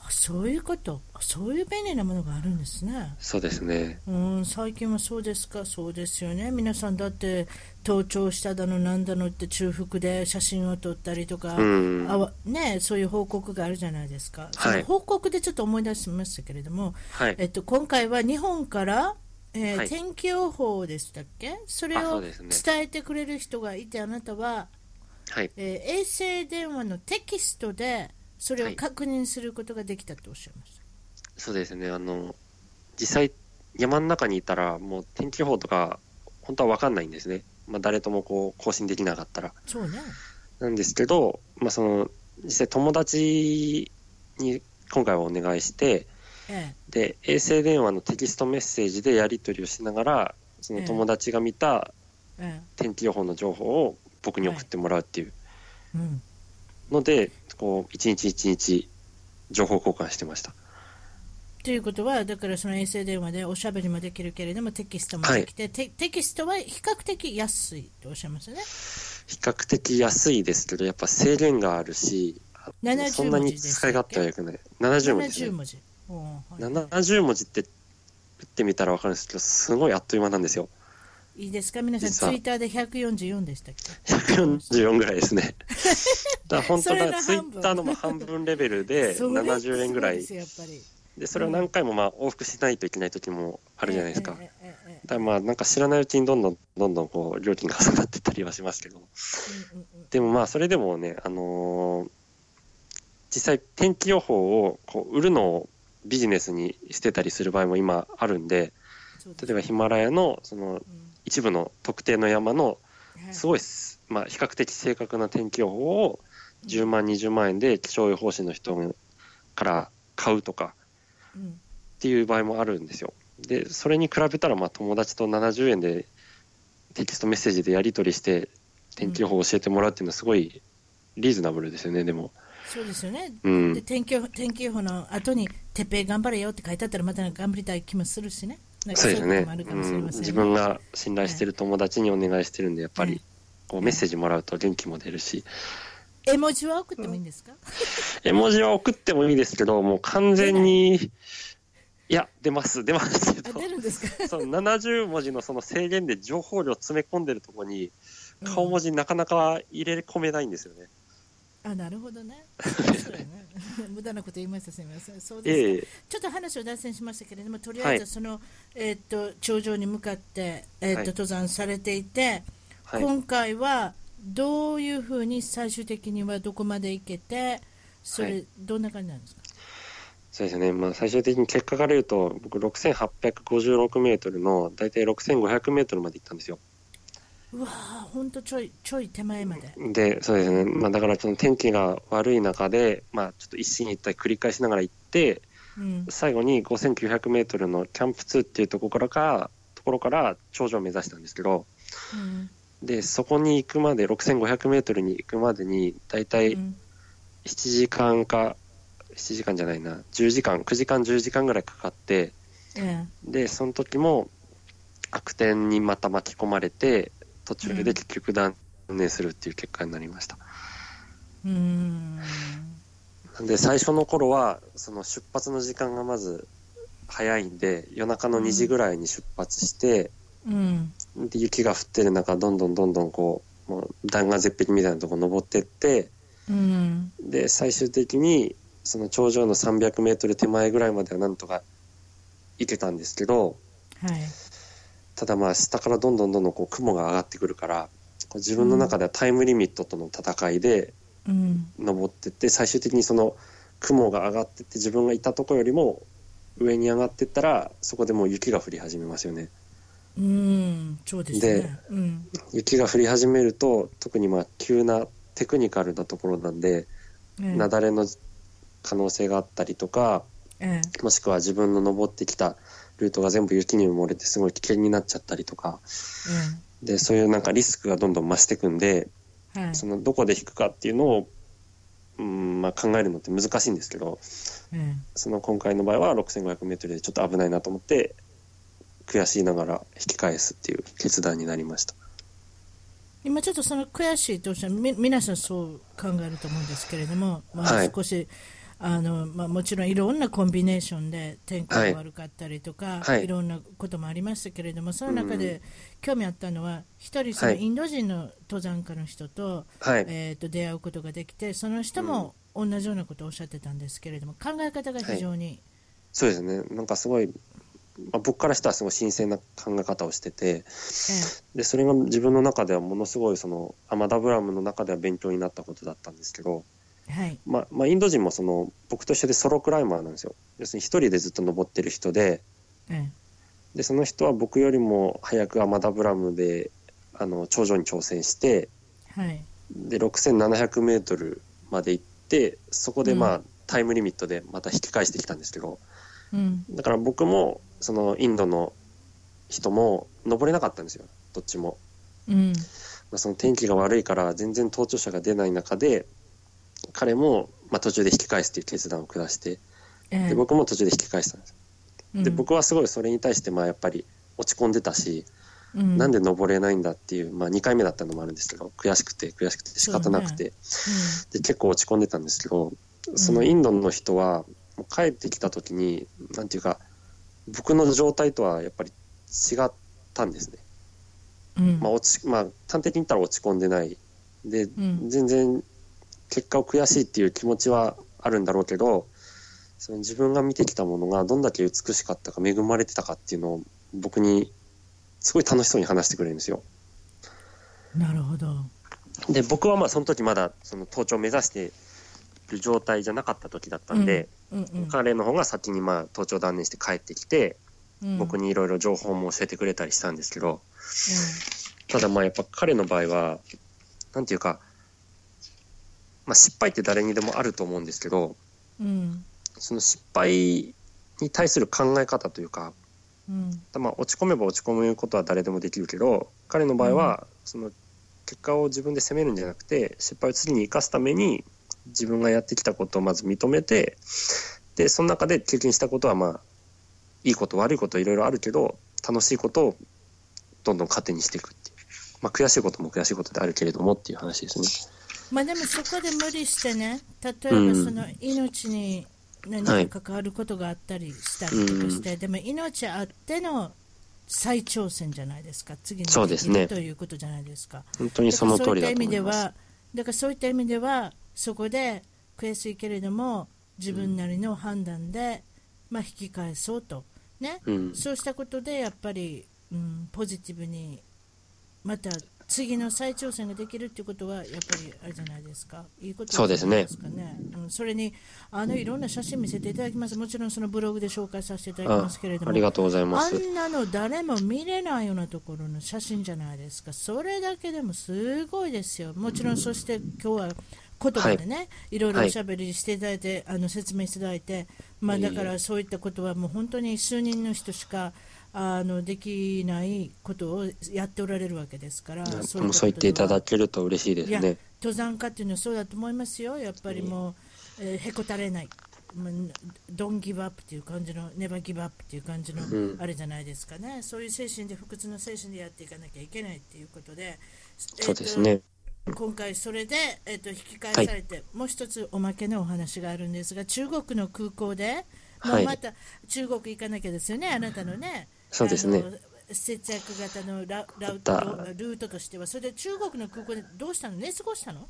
あそういうことあそういう便利なものがあるんですねそうですねうん最近はそうですかそうですよね皆さんだって盗聴しただのなんだのって中腹で写真を撮ったりとか、うんあわね、そういう報告があるじゃないですか、はいその報告でちょっと思い出しましたけれども、はいえっと、今回は日本から、えーはい天気予報でしたっけそれあそをうですね伝えてくれる人がいてあなたは、はいえー衛星電話のテキストでそれを確認することができたとおっしゃいました、そうですね、あの、実際、山の中にいたら、もう天気予報とか、本当は分かんないんですね。まあ、誰ともこう、更新できなかったら。そうねなんですけど、まあ、その、実際友達に今回はお願いして、えで、衛星電話のテキストメッセージでやり取りをしながら、その友達が見たええ天気予報の情報を僕に送ってもらうっていうえうん、ので、こう、一日一日、情報交換してました。ということは、だからその衛星電話でおしゃべりもできるけれども、テキストもできて、テテキストは比較的安いとおっしゃいますよね。比較的安いですけど、やっぱ制限があるし、あ70そんなに使い勝手は良くない。70文字70ですね。文字。おーはい70文字って打ってみたら分かるんですけど、すごいあっという間なんですよ。いいですか、皆さん、実ツはイッターで144でしたっけ144ぐらいで [laughs] すね。だから本当それのだ、ツイ半分ッターのも半分レベルでそれって70円ぐらい。すごですよやっぱりで、それを何回もまあ往復しないといけない時もあるじゃないですか。ええええええだからまあなんか知らないうちにどんどんどんどんこう料金が [laughs] 下がってったりはしますけど。うんうんうんでもまあそれでもね、あのー実際天気予報をこう売るのをビジネスにしてたりする場合も今あるんでそうです例えばヒマラヤのそうのん一部の特定の山のはいすごいす、まあ、比較的正確な天気予報を10万20万円で気象予報士の人から買うとかうんっていう場合もあるんですよ。でそれに比べたらまあ友達と70円でテキストメッセージでやり取りして天気予報を教えてもらうっていうのはすごいリーズナブルですよねでも。そうですよね。うでん、天気予報天気予報の後に、てっぺい頑張れよって書いてあったら、また頑張りたい気もするしね。なんかそうですいことねもあるかうもしれん。ませんね自分が信頼してる友達にお願いしてるんで、やっぱうんりこうメッセージもらうと元気も出るし、絵文字は送ってもいいんですか、絵文字は送ってもいいですけど、もう完全に、いや、出ます、出ますけあど出、るんです [laughs] かその70文字のその制限で情報量詰め込んでるところに、顔文字なかなか入れ込めないんですよね。あなるほどねそうだ [laughs] ね無駄なこと言いましたすみませんそうですかええちょっと話を脱線しましたけれどもとりあえはずいその、えーっと頂上に向かって、えーっとはい登山されていて、はい。今回はどういうふうに最終的にはどこまで行けてそれ、はいどんな感じなんですかそうですね。まあ、最終的に結果から言うと、僕6856メートルの、だいたい6500メートルまで行ったんですよ。うわあほんとちょいちょい手前まで、で、そうですね。まあ、だからその天気が悪い中で、まあ、ちょっと一進一退繰り返しながら行って、うん、最後に5900メートルのキャンプ2っていうところからか、ところから頂上を目指したんですけど、うんで、そこに行くまで、6500メートルに行くまでに、だいたいうん7時間か、7時間じゃないな、10時間、9時間、10時間ぐらいかかって、えで、その時も悪天にまた巻き込まれて、途中で結局断念するっていう結果になりました。えうんなんで、最初の頃は、その出発の時間がまず早いんで、夜中の2時ぐらいに出発して、うんで雪が降ってる中どんどんどんどんこうもう弾丸絶壁みたいなとこ登ってってうんで最終的にその頂上の3 0 0ル手前ぐらいまではなんとか行けたんですけどはいただまあ下からどんどんどんどんこう雲が上がってくるからこう自分の中ではタイムリミットとの戦いでうん登ってって最終的にその雲が上がってって自分がいたとこよりも上に上がってったら、そこでもう雪が降り始めますよね。うん、そうですね。でうん、雪が降り始めると、特にまあ急なテクニカルなところなんで、ええ雪崩の可能性があったりとか、ええもしくは自分の登ってきたルートが全部雪に埋もれてすごい危険になっちゃったりとか、で、そういうなんかリスクがどんどん増していくんで、ええはいそのどこで引くかっていうのを、うんまあ、考えるのって難しいんですけど、えその今回の場合は 6500m でちょっと危ないなと思って、悔しいながら引き返すっていう決断になりました。え今ちょっとその悔しいとおっしゃるみ皆さんそう考えると思うんですけれども、まはあ、い少し、あのまあ、もちろんいろんなコンビネーションで天候が悪かったりとか、、はいいろんなこともありましたけれどもその中うんうで興味あったのは一人そのはいインド人の登山家の人と,、はい。えーと出会うことができてその人も同じようなことをおっしゃってたんですけれども考え方が非常に、そうですね。なんかすごい、まあ、僕からしたらすごい新鮮な考え方をしてて、で、それが自分の中ではものすごいその、アマダブラムの中では勉強になったことだったんですけど、ええはいまあ、まあ、インド人もその、僕と一緒でソロクライマーなんですよ。要するに一人でずっと登ってる人で、えでその人は僕よりも早くアマダブラムであの頂上に挑戦してえはいで 6700m まで行ってそこでまあ、うタイムリミットでまた引き返してきたんですけどうんだから僕もそのインドの人も登れなかったんですよどっちも、うんまあ、その天気が悪いから全然登頂者が出ない中で彼もまあ途中で引き返すという決断を下してええで僕も途中で引き返したんですうんで僕はすごいそれに対してまあやっぱり落ち込んでたし、うんなんで登れないんだっていう、まあ、2回目だったのもあるんですけど悔しくて悔しくて仕方なくて、で結構落ち込んでたんですけどそのインドの人はもう帰ってきた時になんていうか僕の状態とはやっぱり違ったんですね、うんうんまあ落ちまあ、端的に言ったら落ち込んでないで、ん全然結果を悔しいっていう気持ちはあるんだろうけどその自分が見てきたものがどんだけ美しかったか恵まれてたかっていうのを僕にすごい楽しそうに話してくれるんですよ。なるほど。で僕はまあその時まだその登頂を目指してる状態じゃなかった時だったんで、うんうん、彼の方が先にまあ登頂断念して帰ってきて、うん僕、にいろいろ情報も教えてくれたりしたんですけどただまあやっぱ彼の場合はなんていうか、まあ、失敗って誰にでもあると思うんですけどうんうんその失敗に対する考え方というかうんまあ落ち込めば落ち込むことは誰でもできるけど彼の場合はその結果を自分で責めるんじゃなくて失敗を次に生かすために自分がやってきたことをまず認めてでその中で経験したことはまあいいこと悪いこといろいろあるけど楽しいことをどんどん糧にしていくっていう、まあ、悔しいことも悔しいことであるけれどもっていう話ですね。まあでもそこで無理してね、例えばうんその命に何はいか関わることがあったりしたりとかして、でも命あっての再挑戦じゃないですか、次にそうですねきるということじゃないですか。本当にそのだか通らそういっりだた意と味思でいます。は、だからそういった意味では、そこで悔しいけれども、自分なりの判断で、まあ、引き返そうと、ねうんそうしたことでやっぱり、うん、ポジティブに、また次の再挑戦ができるっていうことは、やっぱりあれじゃないですか、いいことじゃないかね、うん、それにあのいろんな写真見せていただきます、もちろんそのブログで紹介させていただきますけれどあもあり。がとうございまあす。んなの誰も見れないようなところの写真じゃないですか、それだけでもすごいですよ、もちろん、そして今日は言葉でね、い、ろいろおしゃべりしていただいて、あの説明していただいて、まあ、いえいだえからそういったことはもう本当に数人の人しかあのできないことをやっておられるわけですから、もうそう言っていただけると嬉しいでいやすね。登山家っていうのはそうだと思いますよ、やっぱりもう、えーへこたれない、もうドンギブアップっていう感じの、ネバギブアップっていう感じの、んあれじゃないですかね、そういう精神で、不屈の精神でやっていかなきゃいけないっていうことで、えーとそうですね。今回、それで、えー、と引き返されて、もう一つおまけのお話があるんですが、中国の空港で、もはういまた中国行かなきゃですよね、あなたのね。そうですねあの節約型のララウだトルートとしては、それで中国の空港でどうしたの、寝過ごしたの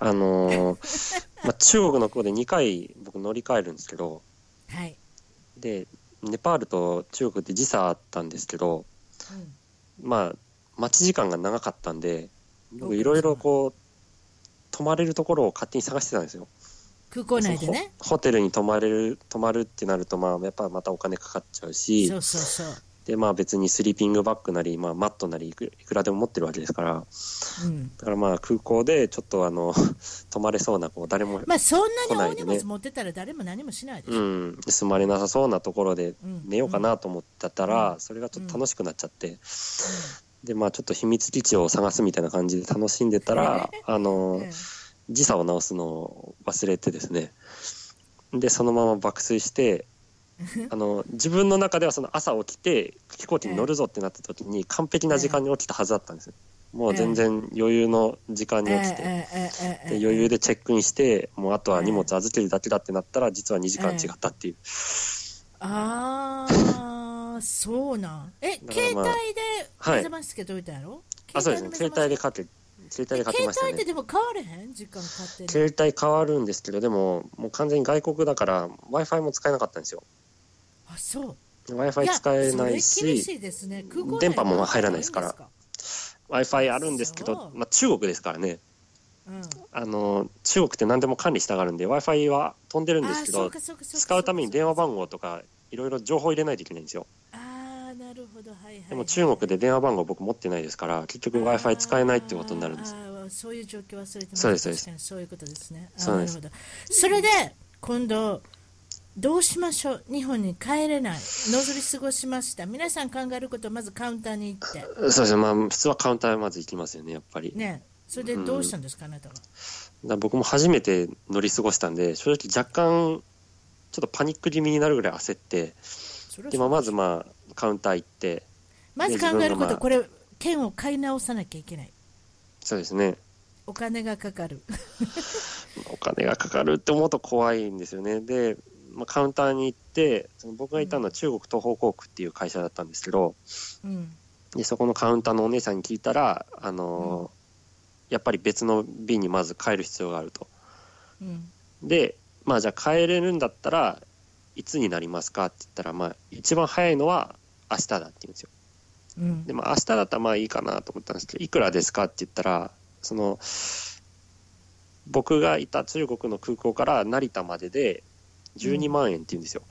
あのーまあ、中国のここで2回僕乗り換えるんですけどはい、でネパールと中国って時差あったんですけど、うんまあ、待ち時間が長かったんでそうか僕いろいろこう泊まれるところを勝手に探してたんですよ空港内でねホホテルに泊まれる泊まるってなると、まあ、やっぱまたお金かかっちゃうしそうそうそうで、まあ、別にスリーピングバッグなり、まあ、マットなりいくいくらでも持ってるわけですからうんだからまあ空港でちょっとあの [laughs] 泊まれそうなこう誰も、まあそんなに大荷来ないで物ね持ってたら誰も何もしないでしうょ、ん、住まれなさそうなところでうん寝ようかなと思ってたら、それがちょっと楽しくなっちゃって、でまあちょっと秘密基地を探すみたいな感じで楽しんでたらあの、ええ時差を直すのを忘れてですねでそのまま爆睡してあの自分の中ではその朝起きて飛行機に乗るぞってなった時に完璧な時間に起きたはずだったんですよもう全然余裕の時間にええ起きて、ええええええで余裕でチェックインしてもうあとは荷物預けるだけだってなったら実は2時間違ったっていう、ああそうなんえ、だから携帯まあではい目覚ましつけといたやろ、あそうですね携帯でかけ携帯でかけました携帯ってねでも変われへん時間勝手に携帯変わるんですけどでももう完全に外国だから w i f i も使えなかったんですよあそう w i f i 使えないやそれ厳ししいですね空港内電波も入らないですから入るん w i f i あるんですけそどう、まあ、中国ですからねですかあの中国って何でも管理したがるんで w i f i は飛んでるうんん、であすけそどうかそうかそうか使うために電話番号とかいろいろ情報入れないといけないんですよああなるほどはいはいはい、でも中国で電話番号僕持ってないですから結局 w i f i 使えないってことになるんですあーあーそういう状況忘れてますそうですそうです確かにそういうことですねあーそうですなるほどそれで今度どうしましょう日本に帰れないのずり過ごしました皆さん考えることまずカウンターに行ってそうですねまあ普通はカウンターへまず行きますよねやっぱり、ねそれでどうしたんですか、あなたはだから僕も初めて乗り過ごしたんで正直若干ちょっとパニック気味になるぐらい焦ってそれはでまあまずまあカウンター行ってまず考えること、自分がまあこれ券を買い直さなきゃいけないそうですねお金がかか [laughs] るお金がかかるって思うと怖いんですよねで、まあ、カウンターに行ってその僕がいたのは中国東方航空っていう会社だったんですけどうんでそこのカウンターのお姉さんに聞いたらあのーやっぱり別の便にまず帰る必要があるとうんでまあじゃあ帰れるんだったらいつになりますかって言ったらまあ一番早いのは明日だって言うんですようんで、まあ、明日だったらまあいいかなと思ったんですけど、いくらですかって言ったら、その、僕がいた中国の空港から成田までで12万円って言うんですよ。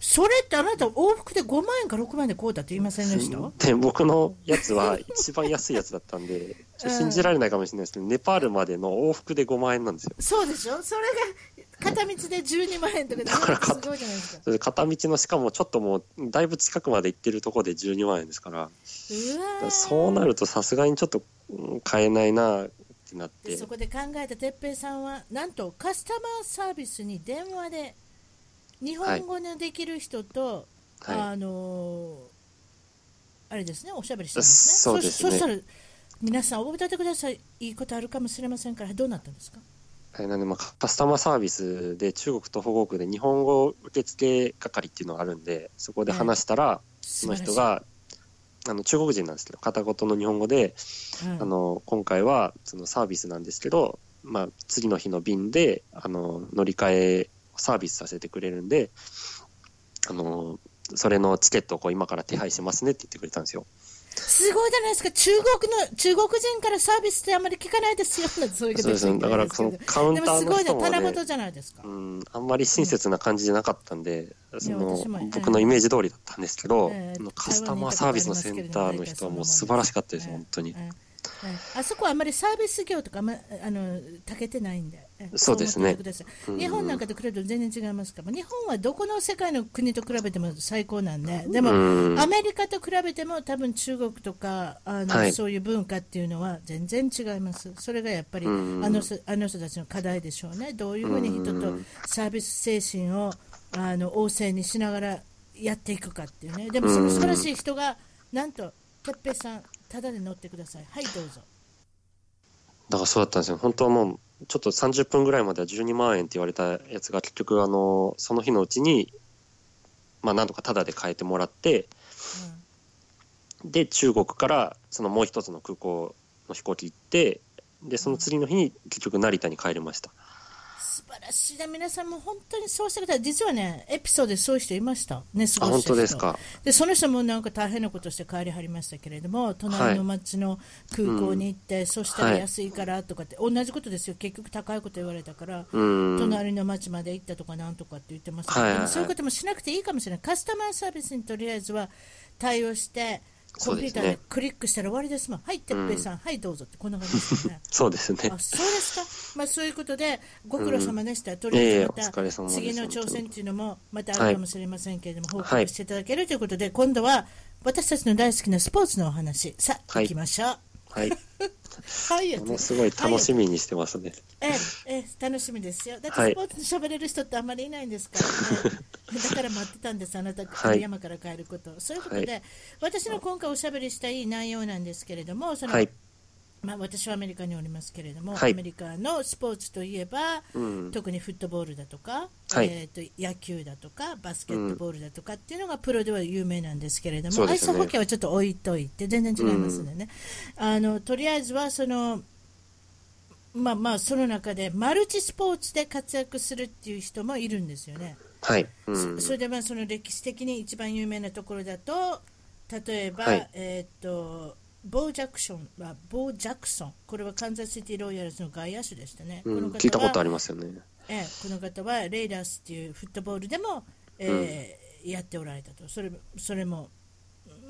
それってあなた往復で5万円か6万円で買うたって言いませんでしたで、僕のやつは一番安いやつだったん [laughs] で、ちょっと信じられないかもしれないですけど、ネパールまでの往復で5万円なんですよ。そうでしょそれが片道で12万円とかでだからすごいじゃないですかそれで片道のしかもちょっともうだいぶ近くまで行ってるところで12万円ですかうら、わだかーらそうなるとさすがにちょっとうん買えないなってなっでてそ、こで考えた哲平さんはなんとカスタマーサービスに電話で日本語のできる人と、はあのーあれですねおしゃべりしたんですねそうですねそそしたら皆さん覚えておいてくださいいいことあるかもしれませんからどうなったんですかはい、なんで、まあ、カスタマーサービスで中国と保護区で日本語受付係っていうのがあるんで、そこで話したら、そその人、が、あの中国人なんですけど、片言の日本語で、うんあの今回はそのサービスなんですけど、まあ、次の日の便であの乗り換えサービスさせてくれるんで、あのそれのチケットをこう今から手配しますねって言ってくれたんですよ。すごいじゃないですか中国の中国人からサービスってあんまり聞かないですよ [laughs] なんてそういうこそうとですね。だからそのカウンでタもすーのごいね、人もただねご、とじゃないですか。うん、あんまり親切な感じじゃなかったんで、その私もええ僕のイメージ通りだったんですけど、ええあのカスタマーサービスのセンターの人はもう素晴らしかったです、本当にう。んうんあそこはあまりサービス業とか、まあのたけてないんで、えそうですそうね思ってくださいうん日本なんかと比べると全然違いますから、日本はどこの世界の国と比べても最高なんで、でも、うんアメリカと比べても多分中国とかあの、はいそういう文化っていうのは全然違います。それがやっぱり、うんあの人あの人たちの課題でしょうね。どういうふうに人とサービス精神をあの旺盛にしながらやっていくかっていうね。でもその素晴らしい人がなんと哲平さんただで乗ってください。はいどうぞ。だからそうだったんですよ。本当はもう、ちょっと30分ぐらいまでは12万円って言われたやつが、結局、あの、その日のうちに、まあ、なんとかタダで変えてもらって、で、中国から、そのもう一つの空港の飛行機行って、で、その次の日に結局成田に帰りました。素晴晴らしいな、皆さんも本当にそうしてください、実はね、エピソードでそういう人いました、ね、すあ、ごい本当ですか。でその人もなんか大変なことして帰りはりましたけれども隣の町の空港に行って、そしたら安いからとかって、同じことですよ結局高いこと言われたから、うん。隣の町まで行ったとかなんとかって言ってますけど、はいはいはでいもそういうこともしなくていいかもしれないカスタマーサービスにとりあえずは対応してコそンうピューですタねーでクリックしたら終わりですもんはい哲平さん、はいどうぞってこんな感じですよ [laughs] ねそうですねあ。そうですか、まあ、そういうことでご苦労様でした、とりあいえいええずまお疲れ様たです次の挑戦というのもまたあるかもしれませんけれども、はい報告していただけるということで、今度は私たちの大好きなスポーツのお話、さあ、、はいいきましょう。はい。はい、ものすごい楽しみにしてますね。ええええ楽しみですよ。だってはいスポーツに喋れる人ってあんまりいないんですからね。 [laughs] だから待ってたんです、あなた、はい山から帰ることを。そういうことで、は私の今回おしゃべりしたい内容なんですけれども、そのはい。まあ、私はアメリカにおりますけれども、はいアメリカのスポーツといえば、うん特にフットボールだとか、はいえー、と野球だとかバスケットボールだとかっていうのがプロでは有名なんですけれども、そうアでイすスねホッケーはちょっと置いといて全然違いますんでね、あのとりあえずはその、まあ、まあその中でマルチスポーツで活躍するっていう人もいるんですよね。はい。うんそ。それでまあその歴史的に一番有名なところだと例えば、はいえー、とボー・ジャクションはボー・ジャクソンこれはカンザスシティ・ロイヤルズの外野手でしたね、うん。この聞いた方ことあは、りますよね。ええこの方はレイダースっていうフットボールでも、えーやっておられたとそれそれも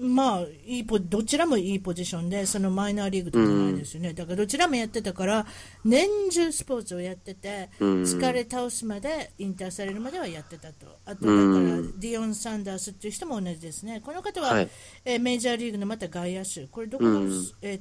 まあいいポどちらもいいポジションでそのマイナーリーグとかじゃないですよね、だからどちらもやってたから年中スポーツをやってて、うん疲れ倒すまで引退されるまではやってたとあとだから、うんディオン・サンダースっていう人も同じですねこの方は、はいえーメジャーリーグのまた外野手これどこの、うんえー、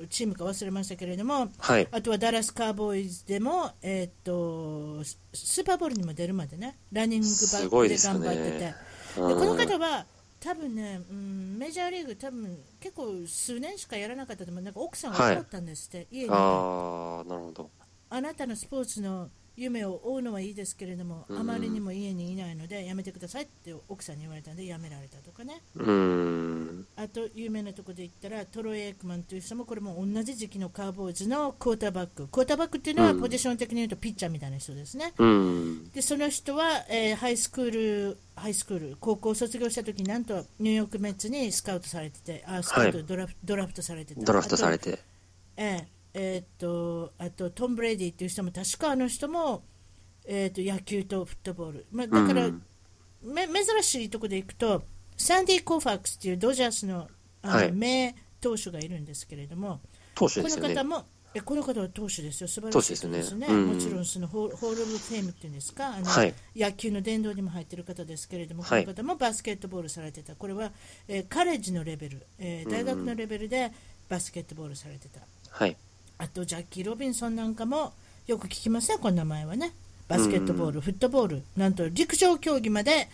とチームか忘れましたけれどもはい。あとはダラス・カーボーイズでも、えー、とススーパーボールにも出るまでねランニングバすッごクいでです頑ね張ってて、でこうのん方は多分ね、うん、メジャーリーグ多分結構数年しかやらなかったと思うなんか奥さんが怒ったんですって、家にああ、なるほど。あなたのスポーツの夢を追うのはいいですけれども、うんあまりにも家にいないのでやめてくださいって奥さんに言われたんでやめられたとかねうん。あと有名なところで言ったらトロイ・エイクマンという人もこれも同じ時期のカーボーイズのクォーターバッククォーターバックっていうのはうんポジション的に言うとピッチャーみたいな人ですね、うん。でその人は、えーハイスクールハイスクール高校を卒業した時になんとニューヨークメッツにスカウトされててあスカウト、はドラフドラフトされてたドラフトあさとれて。えええーっとあとトム・ブレイディっていう人も確かあの人も、えーっと野球とフットボール、まあ、だから、うんめ珍しいところでいくとサンディ・コーファックスっていうドジャースのあの、はい名投手がいるんですけれども投手こでのすよね方。もえこの方は投手ですよ素晴らしい人ですね投手ですねうんもちろんそのホールホール・オブ・フェームっていうんですかあの、はい野球の殿堂にも入ってる方ですけれども、はいこの方もバスケットボールされてたこれは、えーカレッジのレベル、えー大学のレベルでバスケットボールされてた。はい。あとジャッキー・ロビンソンなんかもよく聞きますね、この名前はね。バスケットボール、フットボール、なんと陸上競技まで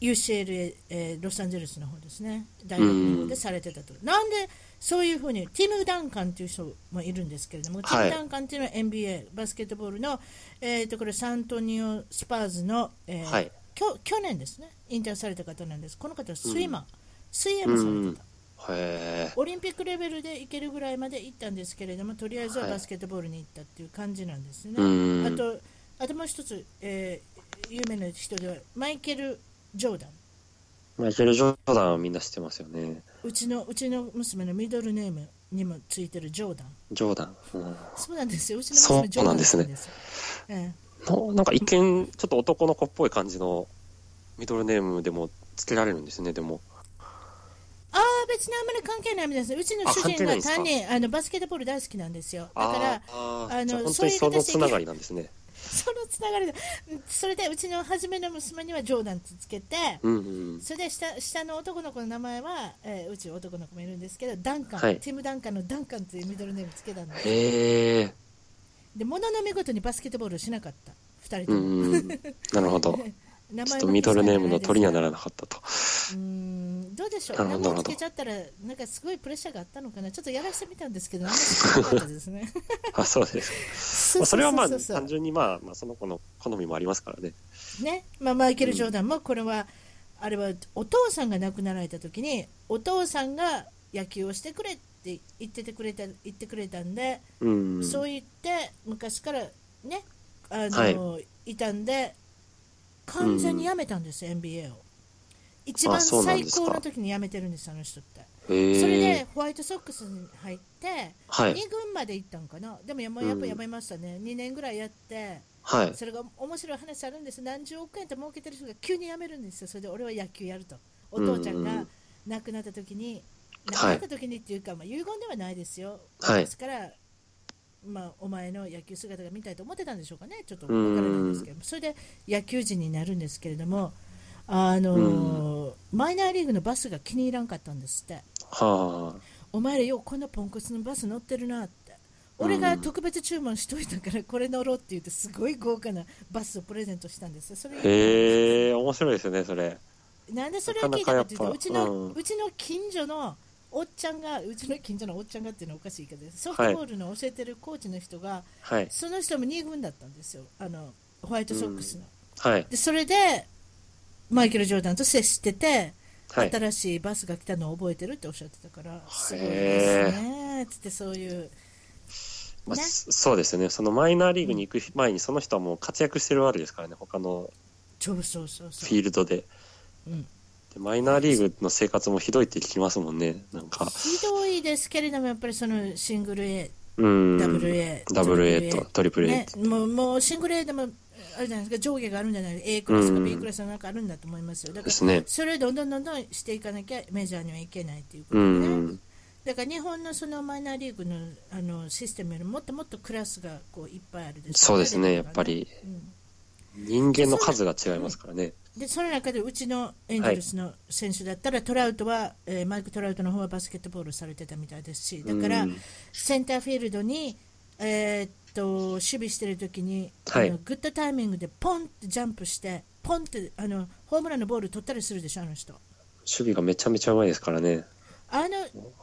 UCLA、えーロサンゼルスの方ですね、大学の方でされてたと。なんでそういうふうに、ティム・ダンカンという人もいるんですけれども、ティはム・いダンカンというのは NBA、バスケットボールの、えーとこれサントニオ・スパーズの、えーはいきょ去年ですね、引退された方なんです。この方はスイマー、水泳もされてた。へえ。オリンピックレベルで行けるぐらいまで行ったんですけれども、とりあえずはバスケットボールに行ったっていう感じなんですね。うんあと、あともう一つ、えー有名な人では、マイケル・ジョーダン。マイケル・ジョーダンはみんな知ってますよね。うちのうちの娘のミドルネームにもついてるジョーダン。ジョーダン。うんそうなんですよ。うちの娘ジョーダンそうなんですよ。ええのなんか一見、ちょっと男の子っぽい感じのミドルネームでもつけられるんですね、でも。ああ、別にあんまり関係ないみたいです。うちのあ主関係人ながいんですか単にあのバスケットボール大好きなんですよ。だからあ、ああのー、じゃあ本そ当うにいうその形でつながりなんですね。そのつながりで、うんそれでうちの初めの娘にはジョーダンってつけて、うんうん。それで下下の男の子の名前は、えーうち男の子もいるんですけどダンカン、はいティム・ダンカンのダンカンというミドルネームつけたんでへえ。で物の見事にバスケットボールをしなかった2人うとも、んうん。なるほ [laughs] ど。名ちょっ前とミドルネームの鳥にはなららなか [laughs] ったと。うんどうでしょなう名るほど前つけちゃったらなんかすごいプレッシャーがあったのかなちょっとやらせてみたんですけどあんまりしなかったです [laughs] ねあ、そうですか。そまあそれはまあ、うそうそう単純にまあ、まあ、その子の好みもありますからね。ねまあ、マイケル・ジョーダンもこれは、あれはお父さんが亡くなられた時にお父さんが野球をしてくれって言っててくれた言ってくれたんで、うん。そう言って昔からねあの、い、たんで完全に辞めたんです、NBA を一番あそうなん最ですか高の時に辞めてるんですあの人ってへえ。それでホワイトソックスに入っては2い。軍まで行ったんかなでもやっぱやっぱうんやめましたね、2年ぐらいやってはい。それが面白い話あるんです何十億円と儲けてる人が急に辞めるんですよそれで俺は野球やるとお父ちゃんうがん亡くなった時に亡くはいなった時にっていうか、まあ、遺言ではないですよ、はいですから、まあ、お前の野球姿が見たいと思ってたんでしょうかねちょっと分からないんですけどそれで野球人になるんですけれどもあのーマイナーリーグのバスが気に入らんかったんですってはお前らようこんなポンコツのバス乗ってるなって俺が特別注文しといたからこれ乗ろうって言ってすごい豪華なバスをプレゼントしたんですよそれあ。へえ、面白いですね、それ。なんでそれを聞いたかっていうとなかなかやっぱうちの、ううんちの近所のおっちゃんがうちの近所のおっちゃんがっていうのはおかしいけどソフトボールの教えてるコーチの人が、はい。その人も2軍だったんですよあのホワイトソックスの、はい。でそれでマイケル・ジョーダンと接してて、はい。新しいバスが来たのを覚えてるっておっしゃってたからすごいでへーすねつってそういうまあ、ねそそうですよね。そのマイナーリーグに行く前に、その人はもう活躍してるわけですからね、他のそうそうそうそフうィールドで。うんでマイナーリーグの生活もひどいって聞きますもんね、なんか。ひどいですけれども、やっぱりそのシングル A、うん。ダブル A、ダブル A とトリプル A ね、もうもうシングル A でもあれじゃないですか、上下があるんじゃない、A クラスか B クラスかなんかあるんだと思いますよ、だかでらすね。それをどんどんどんどんしていかなきゃメジャーにはいけないということうで、んねうん。だから日本のそのマイナーリーグのあのシステムよりもっともっとクラスがこういっぱいあるでしょそうですね、やっぱ、り。うん人間の数が違いますからね。でその中でうちのエンゼルスの選手だったら、トラウトは、えーマイク・トラウトの方はバスケットボールされてたみたいですしだから、うんセンターフィールドに、えーっと守備してる時に、はいあのグッドタイミングでポンってジャンプしてポンってあのホームランのボール取ったりするでしょあの人守備がめちゃめちゃうまいですからね。あの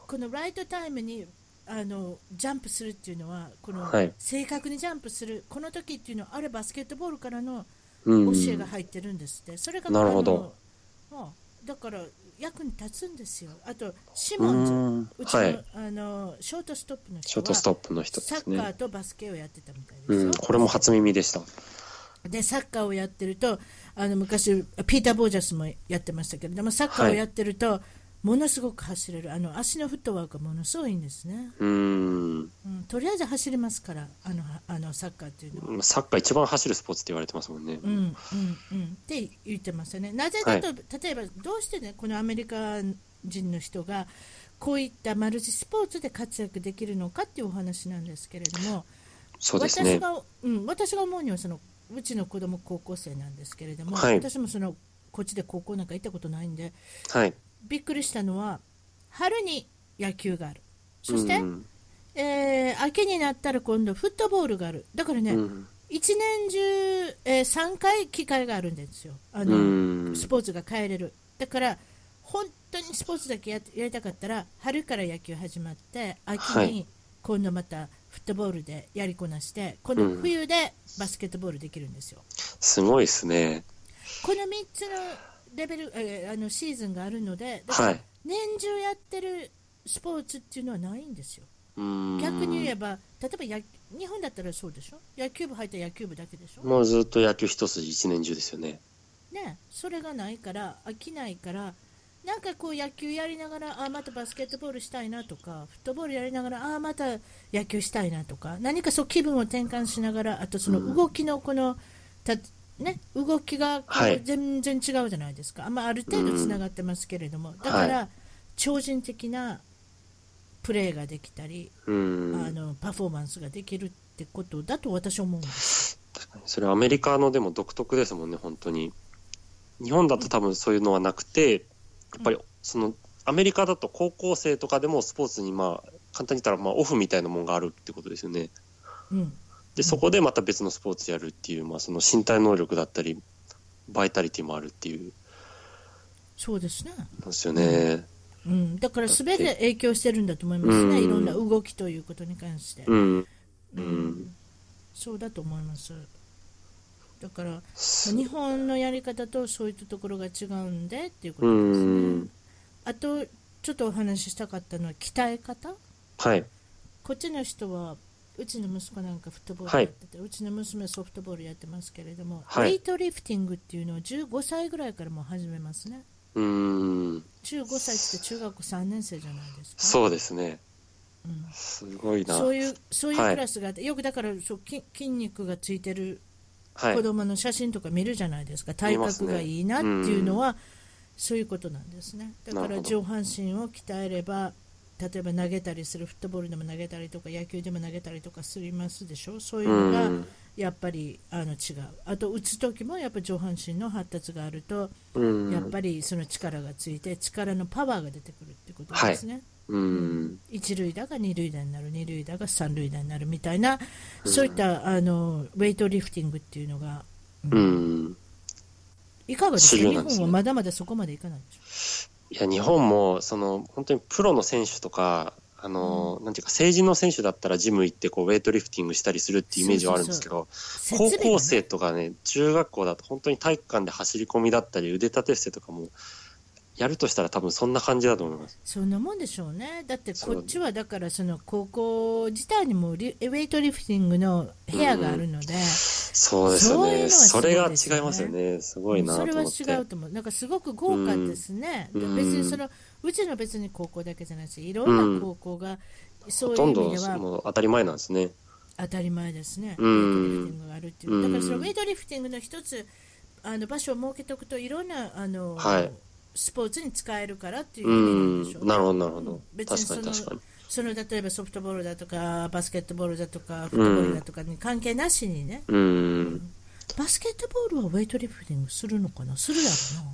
このライトタイムにあのジャンプするっていうのはこの、はい正確にジャンプするこの時っていうのはあれバスケットボールからのうん。教えが入ってるんですって、それがなるほどあのまあだから役に立つんですよあとシうモンズん。うちの,、はい。あのショートストップのシ人ョートはストップの人でサすッカーね。とバスケをやってたみたいですうよん。、これも初耳でした。でサッカーをやってるとあの昔ピーター・ボージャスもやってましたけれどもサッカーをやってると、ものすごく走れるあの足のフットワークがものすごいんですね、うん。うん、とりあえず走りますからあのはあのサッカーっていうのは。サッカー一番走るスポーツって言われてますもんね。うんうんうん、って言ってますよね、なぜだと、例えばどうして、ね、このアメリカ人の人がこういったマルチスポーツで活躍できるのかっていうお話なんですけれども、そうですね私。が、うん、私が思うにはそのうちの子供高校生なんですけれども、はい私もそのこっちで高校なんか行ったことないんではい。びっくりしたのは春に野球があるそして、うんえー秋になったら今度フットボールがあるだからね、うん。一年中、え3回機会があるんですよあの、うんスポーツが変えれるだから本当にスポーツだけややりたかったら春から野球始まって秋はにい今度またフットボールでやりこなして今度うん冬でバスケットボールできるんですよ、すごいですね。この3つのレベル、えーあのシーズンがあるのでだかはらい。年中やってるスポーツっていうのはないんですようん。逆に言えば例えばや日本だったらそうでしょ野球部入ったら野球部だけでしょもうずっと野球一筋一年中ですよね。ね、それがないから飽きないからなんかこう野球やりながらあまたバスケットボールしたいなとかフットボールやりながらあまた野球したいなとか何かそう気分を転換しながらあとその動きのこの、たね、動きがこうはい全然違うじゃないですか、あまあ、ある程度つながってますけれども、だから、超人的なプレーができたり、うん。あのパフォーマンスができるってことだと私は思うんです。それアメリカのでも独特ですもんね、本当に。日本だと多分そういうのはなくて、やっぱりそのアメリカだと高校生とかでもスポーツにまあ簡単に言ったらまあオフみたいなもんがあるってことですよね。うんで、そこでまた別のスポーツやるっていう、まあその身体能力だったり、バイタリティもあるっていう、そうですねなんですよね。うん、だから全て影響してるんだと思いますね、うんいろんな動きということに関して、うん。ううんんそうだと思います。だからまあす日本のやり方とそういったところが違うんでっていうことうですねん。。あとちょっとお話ししたかったのは鍛え方はい。こっちの人はうちの息子なんかフットボールやってて、うちの娘ソフトボールやってますけれども、はいウェイトリフティングっていうのを15歳ぐらいからもう始めますねうーん、 15歳って中学校3年生じゃないですかそうですね。うんすごいな。そういうそういうはいクラスがあって、よくだからそう筋筋肉がついてるはい子。供の写真とか見るじゃないですか、体見ます格ねがいいなっていうのは、そういうことなんですねだかなるらほど上半身を鍛えれば例えば投げたりするフットボールでも投げたりとか野球でも投げたりとかすりますでしょそういううのーがん、やっぱりあの違うあと打つ時もやっぱ上半身の発達があるとうーん、やっぱりその力がついて力のパワーが出てくるってことですね。うーん、一塁打が二塁打になる二塁打が三塁打になるみたいな、そういったあのウェイトリフティングっていうのがうーん。いかがですか主流日なんですね本はまだまだそこまでいかないでしょいや、日本も、その、本当にプロの選手とか、あの、なんていうか、成人の選手だったらジム行って、こう、ウェイトリフティングしたりするっていうイメージはあるんですけど、設高備がね校生とかね、中学校だと本当に体育館で走り込みだったり、腕立て伏せとかも、やるとしたら多分そんな感じだと思います。そんなもんでしょうねだってこっちはだからその高校自体にもリウェイトリフティングの部屋があるので、そうですよね。そそういうれのがはすごいですよね違いますよね。すごいなとそれ思はって。違うと思うなんかすごく豪華ですね、うん別にそのうちの別に高校だけじゃないしいろんな高校が、そういうほとん意ど味ではもう当たり前なんですね。当たり前ですね、うんウェイトリフティングがあるっていう、うんだからそのウェイトリフティングの一つあの場所を設けておくといろんなあの、はいスポーツに使えるからっていうう意味なんんでしょう、ねなるほど、なるほうどん。別に確そかにの確かに。その例えばソフトボールだとかバスケットボールだとかフットボールだとかに関係なしにね、うん。バスケットボールはウェイトリフティングするのかなするやろな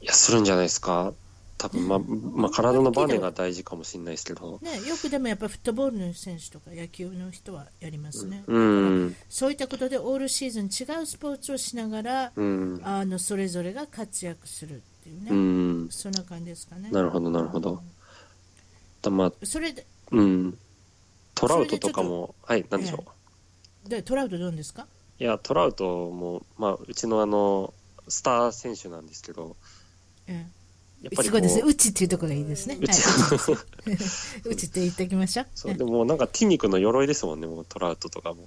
いや、するんじゃないですか。多分ま、まあ、体のバネが大事かもしれないですけど。ね、よくでもやっぱフットボールの選手とか野球の人はやりますね、うん。そういったことでオールシーズン違うスポーツをしながら、うん。あのそれぞれが活躍するっていうね、うん。そんな感じですかねなるほど、なるほど。だまあ、それでうん。トラウトとかも、はい、なんでしょう。でトラウトどうですかいや、トラウトも、まあ、うちのあの、スター選手なんですけど、えやっえぱりすごこういですねうちっていうところがいいですねうちはい、うちですうちって言っておきましょう [laughs] そう、でもなんか筋肉の鎧ですもんね、もうトラウトとかも。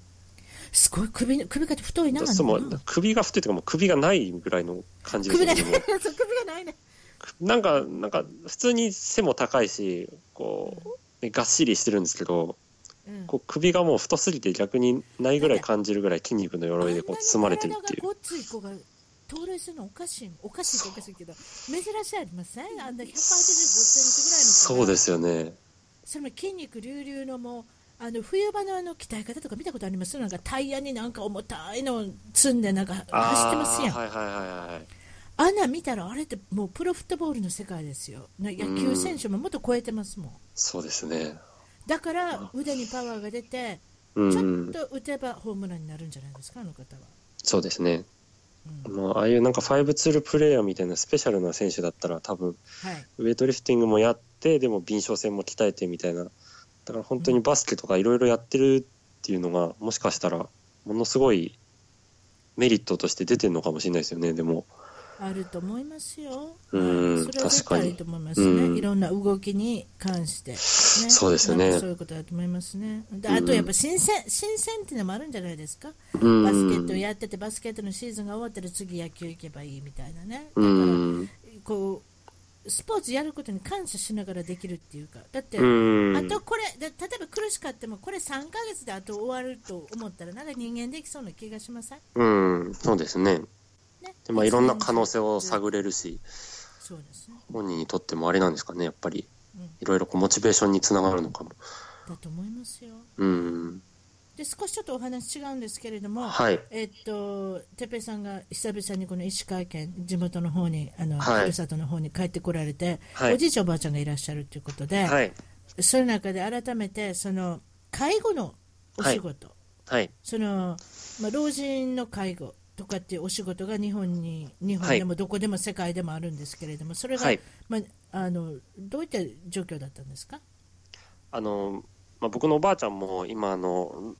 すごい首の首が太いなそうもなんかうな首が太いというか、もう首がないぐらいの感じです首よがね。ないもう [laughs] そう首がないねなんか、なんか、普通に背も高いし、こう、ねがっしりしてるんですけど、うんこう首がもう太すぎて逆にないぐらい感じるぐらい筋肉の鎧でこう包まれてるっていあんう。なに体がごっつい子が盗塁するのおかしいおかしいっておかしいけど珍しいありませんあんな185センチぐらいの子がそうですよね。それも筋肉隆々のもうあの冬場のあの鍛え方とか見たことありますなんかタイヤになんか重たいのを積んでなんか走ってますやんあーはいはいはいはい。あんなん見たらあれってもうプロフットボールの世界ですよな野球選手ももっと超えてますもんそうですね。だから腕にパワーが出てうちょっん。と打てばホームランになるんじゃないですかあの方は、そうですね。うんもうああいうなんかファイブツールプレイヤーみたいなスペシャルな選手だったら多分はい、ウェイトリフティングもやってでも敏捷性も鍛えてみたいなだから本当にバスケとかいろいろやってるっていうのがもしかしたらものすごいメリットとして出てるのかもしれないですよねでもあると思いますよ、うんはいそれは絶確か対あにると思いますね、うんいろんな動きに関して、ね、そうですよねなんかそういうことだと思いますね、であとやっぱ新鮮新鮮っていうのもあるんじゃないですか、うんバスケットやってて、バスケットのシーズンが終わったら次、野球行けばいいみたいなね、だかうらんこうスポーツやることに感謝しながらできるっていうか、だって、うんあとこれ、で例えば苦しかっても、これ3ヶ月であと終わると思ったら、なんか人間できそうな気がしません、うんそうですねねでまあいろんな可能性を探れるしそうですね、本人にとってもあれなんですかねやっぱりうん、いろいろこうモチベーションにつながるのかもだと思いますよ。うんで少しちょっとお話違うんですけれども、はいえっとてっぺいさんが久々にこの石川県地元の方にあの、はいふるさとの方に帰ってこられて、はいおじいちゃんおばあちゃんがいらっしゃるということで、はいその中で改めてその介護のお仕事、はいそのまあ、老人の介護とかっていうお仕事が日本に日本でもどこでも世界でもあるんですけれどもそれが、はいまあ、あのどういった状況だったんですか、あの、まあ、僕のおばあちゃんも今あの、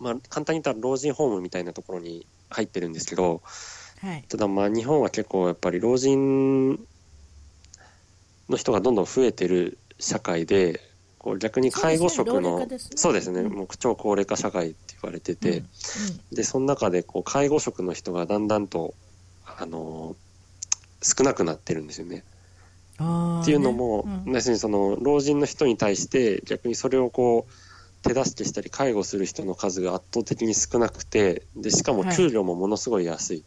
まあ、簡単に言ったら老人ホームみたいなところに入ってるんですけどはいただまあ日本は結構やっぱり老人の人がどんどん増えてる社会でこう逆に介護職そのうですね老齢化ですねそうですねうんもう超高齢化社会って言われてて、でその中でこう介護職の人がだんだんとあの少なくなってるんですよね。あーっていうのも、ねうん要するにその老人の人に対して逆にそれをこう手助けしたり介護する人の数が圧倒的に少なくてでしかもはい給料もものすごい安い、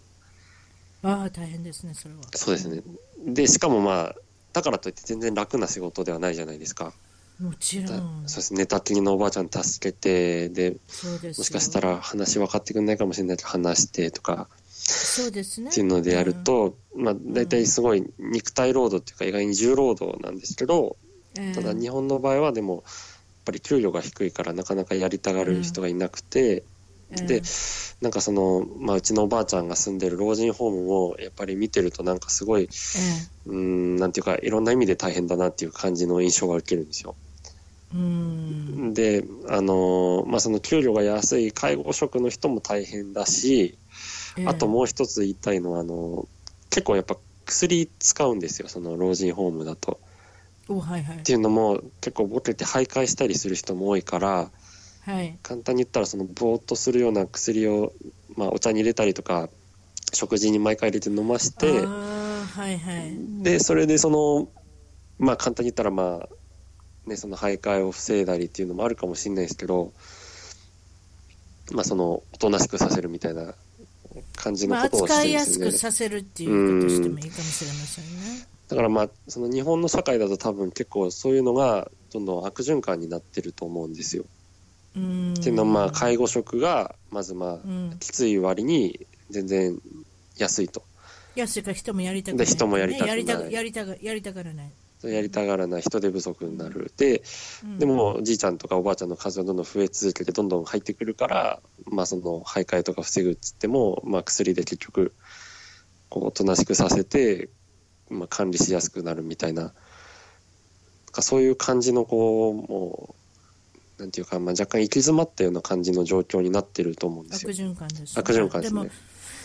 ああ大変ですねそれはそうですねでしかもまあだからといって全然楽な仕事ではないじゃないですか、もちろだんそうですね寝たきりのおばあちゃん助けてでそうですよもしかしたら話分かってくれないかもしれないけど話してとかそうですねっていうのでやると、まあ大体すごい肉体労働っていうか意外に重労働なんですけど、うん、ええただ日本の場合はでもやっぱり給料が低いからなかなかやりたがる人がいなくて、でええなんかその、まあ、うちのおばあちゃんが住んでる老人ホームをやっぱり見てるとなんかすごいえうーんなんていうかいろんな意味で大変だなっていう感じの印象が受けるんですよ。えうんであの、まあ、その給料が安い介護職の人も大変だしええあともう一つ言いたいのはあの結構やっぱ薬使うんですよその老人ホームだと。おはいはいっていうのも結構ボケて徘徊したりする人も多いから。はい簡単に言ったらそのぼーっとするような薬を、まあ、お茶に入れたりとか食事に毎回入れて飲ましあてあはいはいでそれでそのまあ簡単に言ったらまあねその徘徊を防いだりっていうのもあるかもしれないですけどまあそのおとなしくさせるみたいな感じのまあ、ことをし扱てるいんでやすすよくね。させるっていうことをしてもいいかもしれませんね。だからまあその日本の社会だと多分結構そういうのがどんどん悪循環になってると思うんですよ。うんっていうのはまあ介護職がまずまあうん、きつい割に全然安いと安いから人もやりたくない、で人もやりたくないねやりたやりたがやりたがらない。やりたがらない人手不足になるでうんでもおじいちゃんとかおばあちゃんの数がどんどん増え続けてどんどん入ってくるから、まあ、その徘徊とか防ぐっつっても、まあ、薬で結局こうおとなしくさせて、まあ、管理しやすくなるみたいななんかそういう感じのこうもうなんていうか、まあ、若干行き詰まったような感じの状況になってると思うんです悪よ。循環です、悪循環ですねも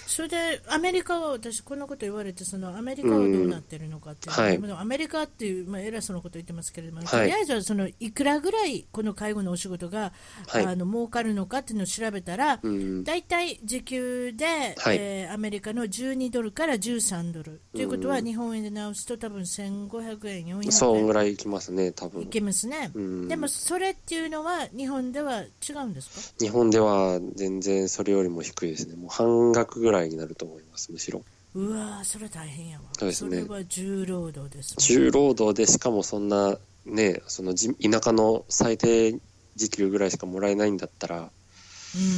それでアメリカは私こんなこと言われてそのアメリカはどうなってるのかっていう、うんはいでもアメリカっていう、まあ、偉そうなこと言ってますけれども、いとりあえずはそのいくらぐらいこの介護のお仕事が、はいあの儲かるのかっていうのを調べたら、うん大体時給で、はいえーアメリカの12ドルから13ドルということはうん日本円で直すと多分1500円、400そう円ぐらい行きますね多い分けますね、うんでもそれっていうのは日本では違うんですか日本では全然それよりも低いですね。もう半額ぐらいになると思います、むしろ。うわーそれは大変やわそうですねれは重労働ですもん重労働でしかもそんな、ね、そのじ田舎の最低時給ぐらいしかもらえないんだったら、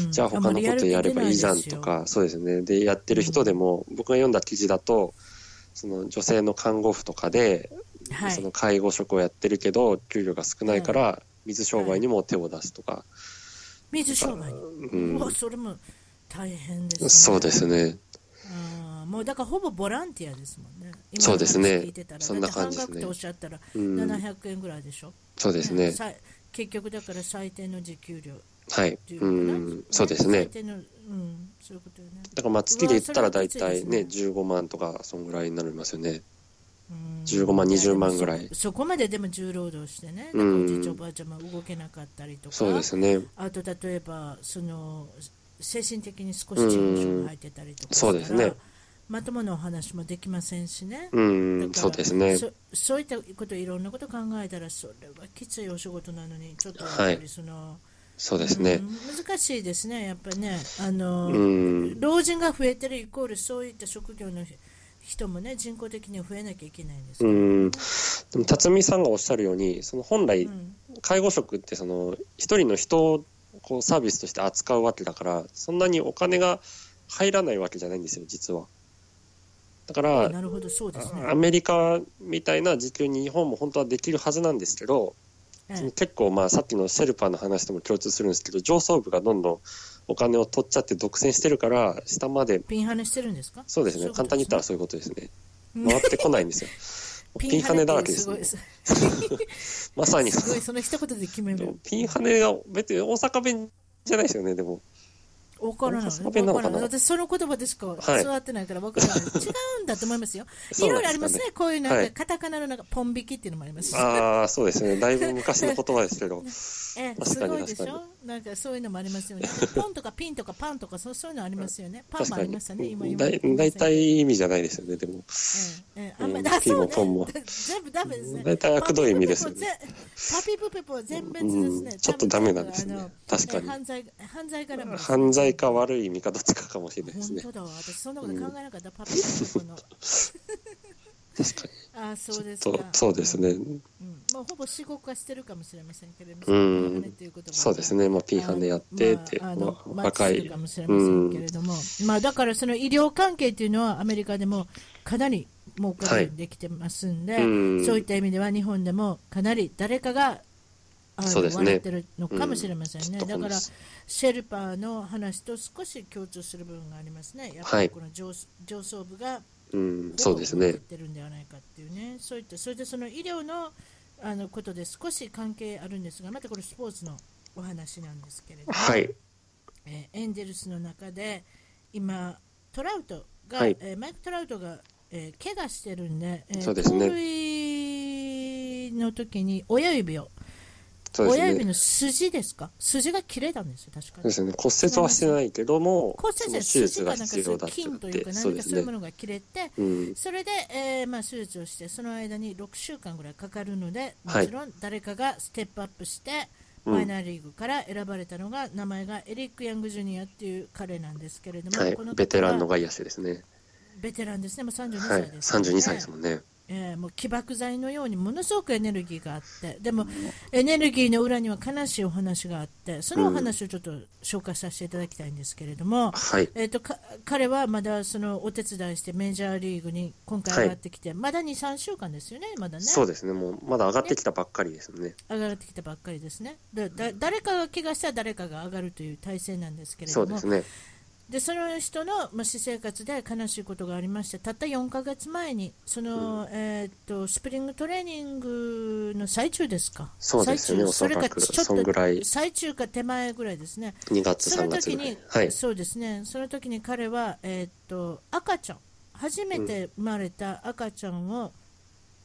うんじゃあ他のことやればいいじゃんとあか、そうですね。で、やってる人でも、僕が読んだ記事だと、その女性の看護婦とかで、んまりやる気出ないですそよの介護職をやってるけど、給料が少ないから、水商売にも手を出すとか、はい、水商売に、うんうわそれも大変です、ね、そうですね。あーもうだからほぼボランティアですもんね。今そうですねの話聞いてたらそんな感じですだって半額っねておっしゃったらうん700円ぐらいでしょ。そうですね。さ結局だから最低の時給料はいって。いううことなんん、そうですね最。低のうんそういうことよね。だからまあ月で言ったら大体うねわそ15万とかそんぐらいになりますよねうん15万20万ぐらいやでもそそこまででも重労働してね。だからうんおじいちゃんおばあちゃんも動けなかったりとか。そうですねあと例えばその精神的に少し注意症が入ってたりとかしたらうんそうですねまともなお話もできませんしね。うだんからそうですねそそういったこといろんなこと考えたらそれはきついお仕事なのにちょっとやっはいぱりその、そうでうすねん難しいですねやっぱりねあの、うん老人が増えてるイコールそういった職業の人もね人口的には増えなきゃいけないんですけうど、んでも辰巳さんがおっしゃるようにその本来うん介護職ってその一人の人をこうサービスとして扱うわけだからそんなにお金が入らないわけじゃないんですよ実はだからなるほどそうですねアメリカみたいな時給に日本も本当はできるはずなんですけど、えそのえ結構まあさっきのシェルパーの話とも共通するんですけど上層部がどんどんお金を取っちゃって独占してるから下までピンハネしてるんですかそうですね簡単に言ったらそういうことですね回ってこないんですよ [laughs] ピンハネだらけです,、ね、すまさごいにすごいその一言で決めでるもピンハネが別に大阪弁じゃないですよねでもわからこなれい。サボテンなわのかからなない。私、その言葉でしかはい育ってないからわから [laughs] ない。違うんだと思いますよ。いそうろないろんであすりますね。かねこういうなんはか、いカタカナのなんか、ポン引きっていうのもありますし。ああ、そうですね。だいぶ昔の言葉ですけ [laughs] ど。ええ、確すかにごいでし確ょなんか、そういうのもありますよね。ポンとかピンとかパンとか、そうそういうのありますよね。パン確もあかりましたね、今に。今。だい大体意味じゃないですよね、でも。ええ、ええあんまり、うんあ、そうピンもポンねも。全部ダメですね。大体悪どい意味ですよねパピプペポ全パピプペポ全滅ですねう。んちょっとダメなんですねあの確かにええ犯罪、犯罪からも。犯罪か悪い意味かどっちかかもしれないです本ね当。だわ。私、そんなこと考えなかった。パピプペポの。確かに。あ、そうですちょっかと。そうですね。うんまあ、ほぼ死後化してるかもしれませんけれども、うんピンハネといこともそうですね。まあ、ピーハンでやってって、まああまのあマッチ若するいか。もしれませんけれども、まあ、だからその医療関係というのはアメリカでもかなり儲かるようにできてますんで、はいうんそういった意味では日本でもかなり誰かがあのそうですね笑ってるのかもしれませんね、うんだからちょっとこシェルパーの話と少し共通する部分がありますね、やっぱはりいこの上,、上層部がうん、そうですね言っ。てるんではないかっていうね、そういった、それでその医療のあのことで少し関係あるんですが、またこれ、スポーツのお話なんですけれども、はい。えーエンゼルスの中で、今、トラウトが、はいえーマイク・トラウトが、えー、怪我してるんで、えーそうですね盗塁の時に親指を、そうです親ね。指の筋ですか、筋が切れたんですよ、確かそうですね。骨折はしてないけども、こうそ先の手生、術筋かながんかそう必い要うだって言筋っというか、て、何そうかでそうすいうもね。のが切れて、うん、それで、えーまあ、手術をしてその間に6週間ぐらいかかるのでもはいちろん誰かがステップアップして、うんマイナーリーグから選ばれたのが名前がエリック・ヤング・ジュニアっていう彼なんですけれども、はいこの方は、ベテランの外野手ですね。ベテランですねもう32は歳い、です、三十二歳ですもんね。えーもう起爆剤のようにものすごくエネルギーがあってでもエネルギーの裏には悲しいお話があってそのお話をちょっと紹介させていただきたいんですけれども、はい、えー、とか彼はまだそのお手伝いしてメジャーリーグに今回上がってきて、まだ2、3週間ですよね、まだね、そうですね。もうまだ上がってきたばっかりですね。上がってきたばっかりですね、だだ誰かが怪我したら誰かが上がるという体制なんですけれそどうでも、すね。でその人の、まあ、私生活で悲しいことがありましてたった4ヶ月前にその、えー、とスプリングトレーニングの最中ですかそうですね最中それおかそらくちょっそんぐらとい最中か手前ぐらいですね二月、そ三の月時ぐらにい。、はい、そうですね、その時に彼は、えーっと赤ちゃん、初めて生まれた赤ちゃんを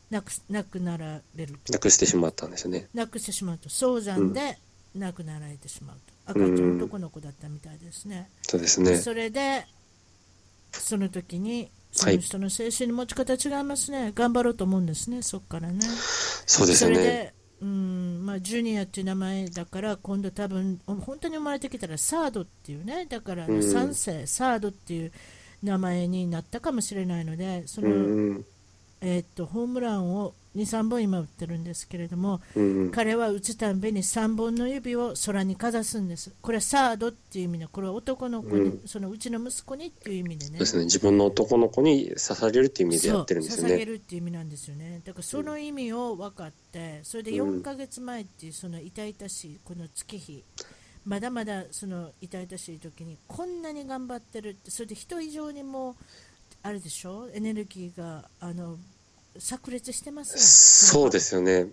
亡く亡くなられると、なくしてしまったんですね。亡くしてしまうと、早産で亡くなられてしまうと、赤ちゃん、男の子だったみたいですね。そうですね。それで、その時に、そはいの人の精神の持ち方違いますね、頑張ろうと思うんですね、そこからね。そうですそよれね。で、うんまあ、ジュニアっていう名前だから、今度、多分本当に生まれてきたらサードっていうね、だからうん3世、サードっていう名前になったかもしれないので、その、うん、えーっとホームランを2、3本今打ってるんですけれども、うん、彼は打つたんびに3本の指を空にかざすんです、これはサードっていう意味の、これは男の子に、うそのうちの息子にっていう意味でそねうで。すね。自分の男の子に捧げるっていう意味でやってるんですよそう捧げね。るっていう意味なんですよねだからその意味を分かってそれで4ヶ月前っていうその痛々しいこの月日まだまだその痛々しい時にこんなに頑張ってるってそれで人以上にもうあれでしょエネルギーがあの炸裂してますよそうですよね。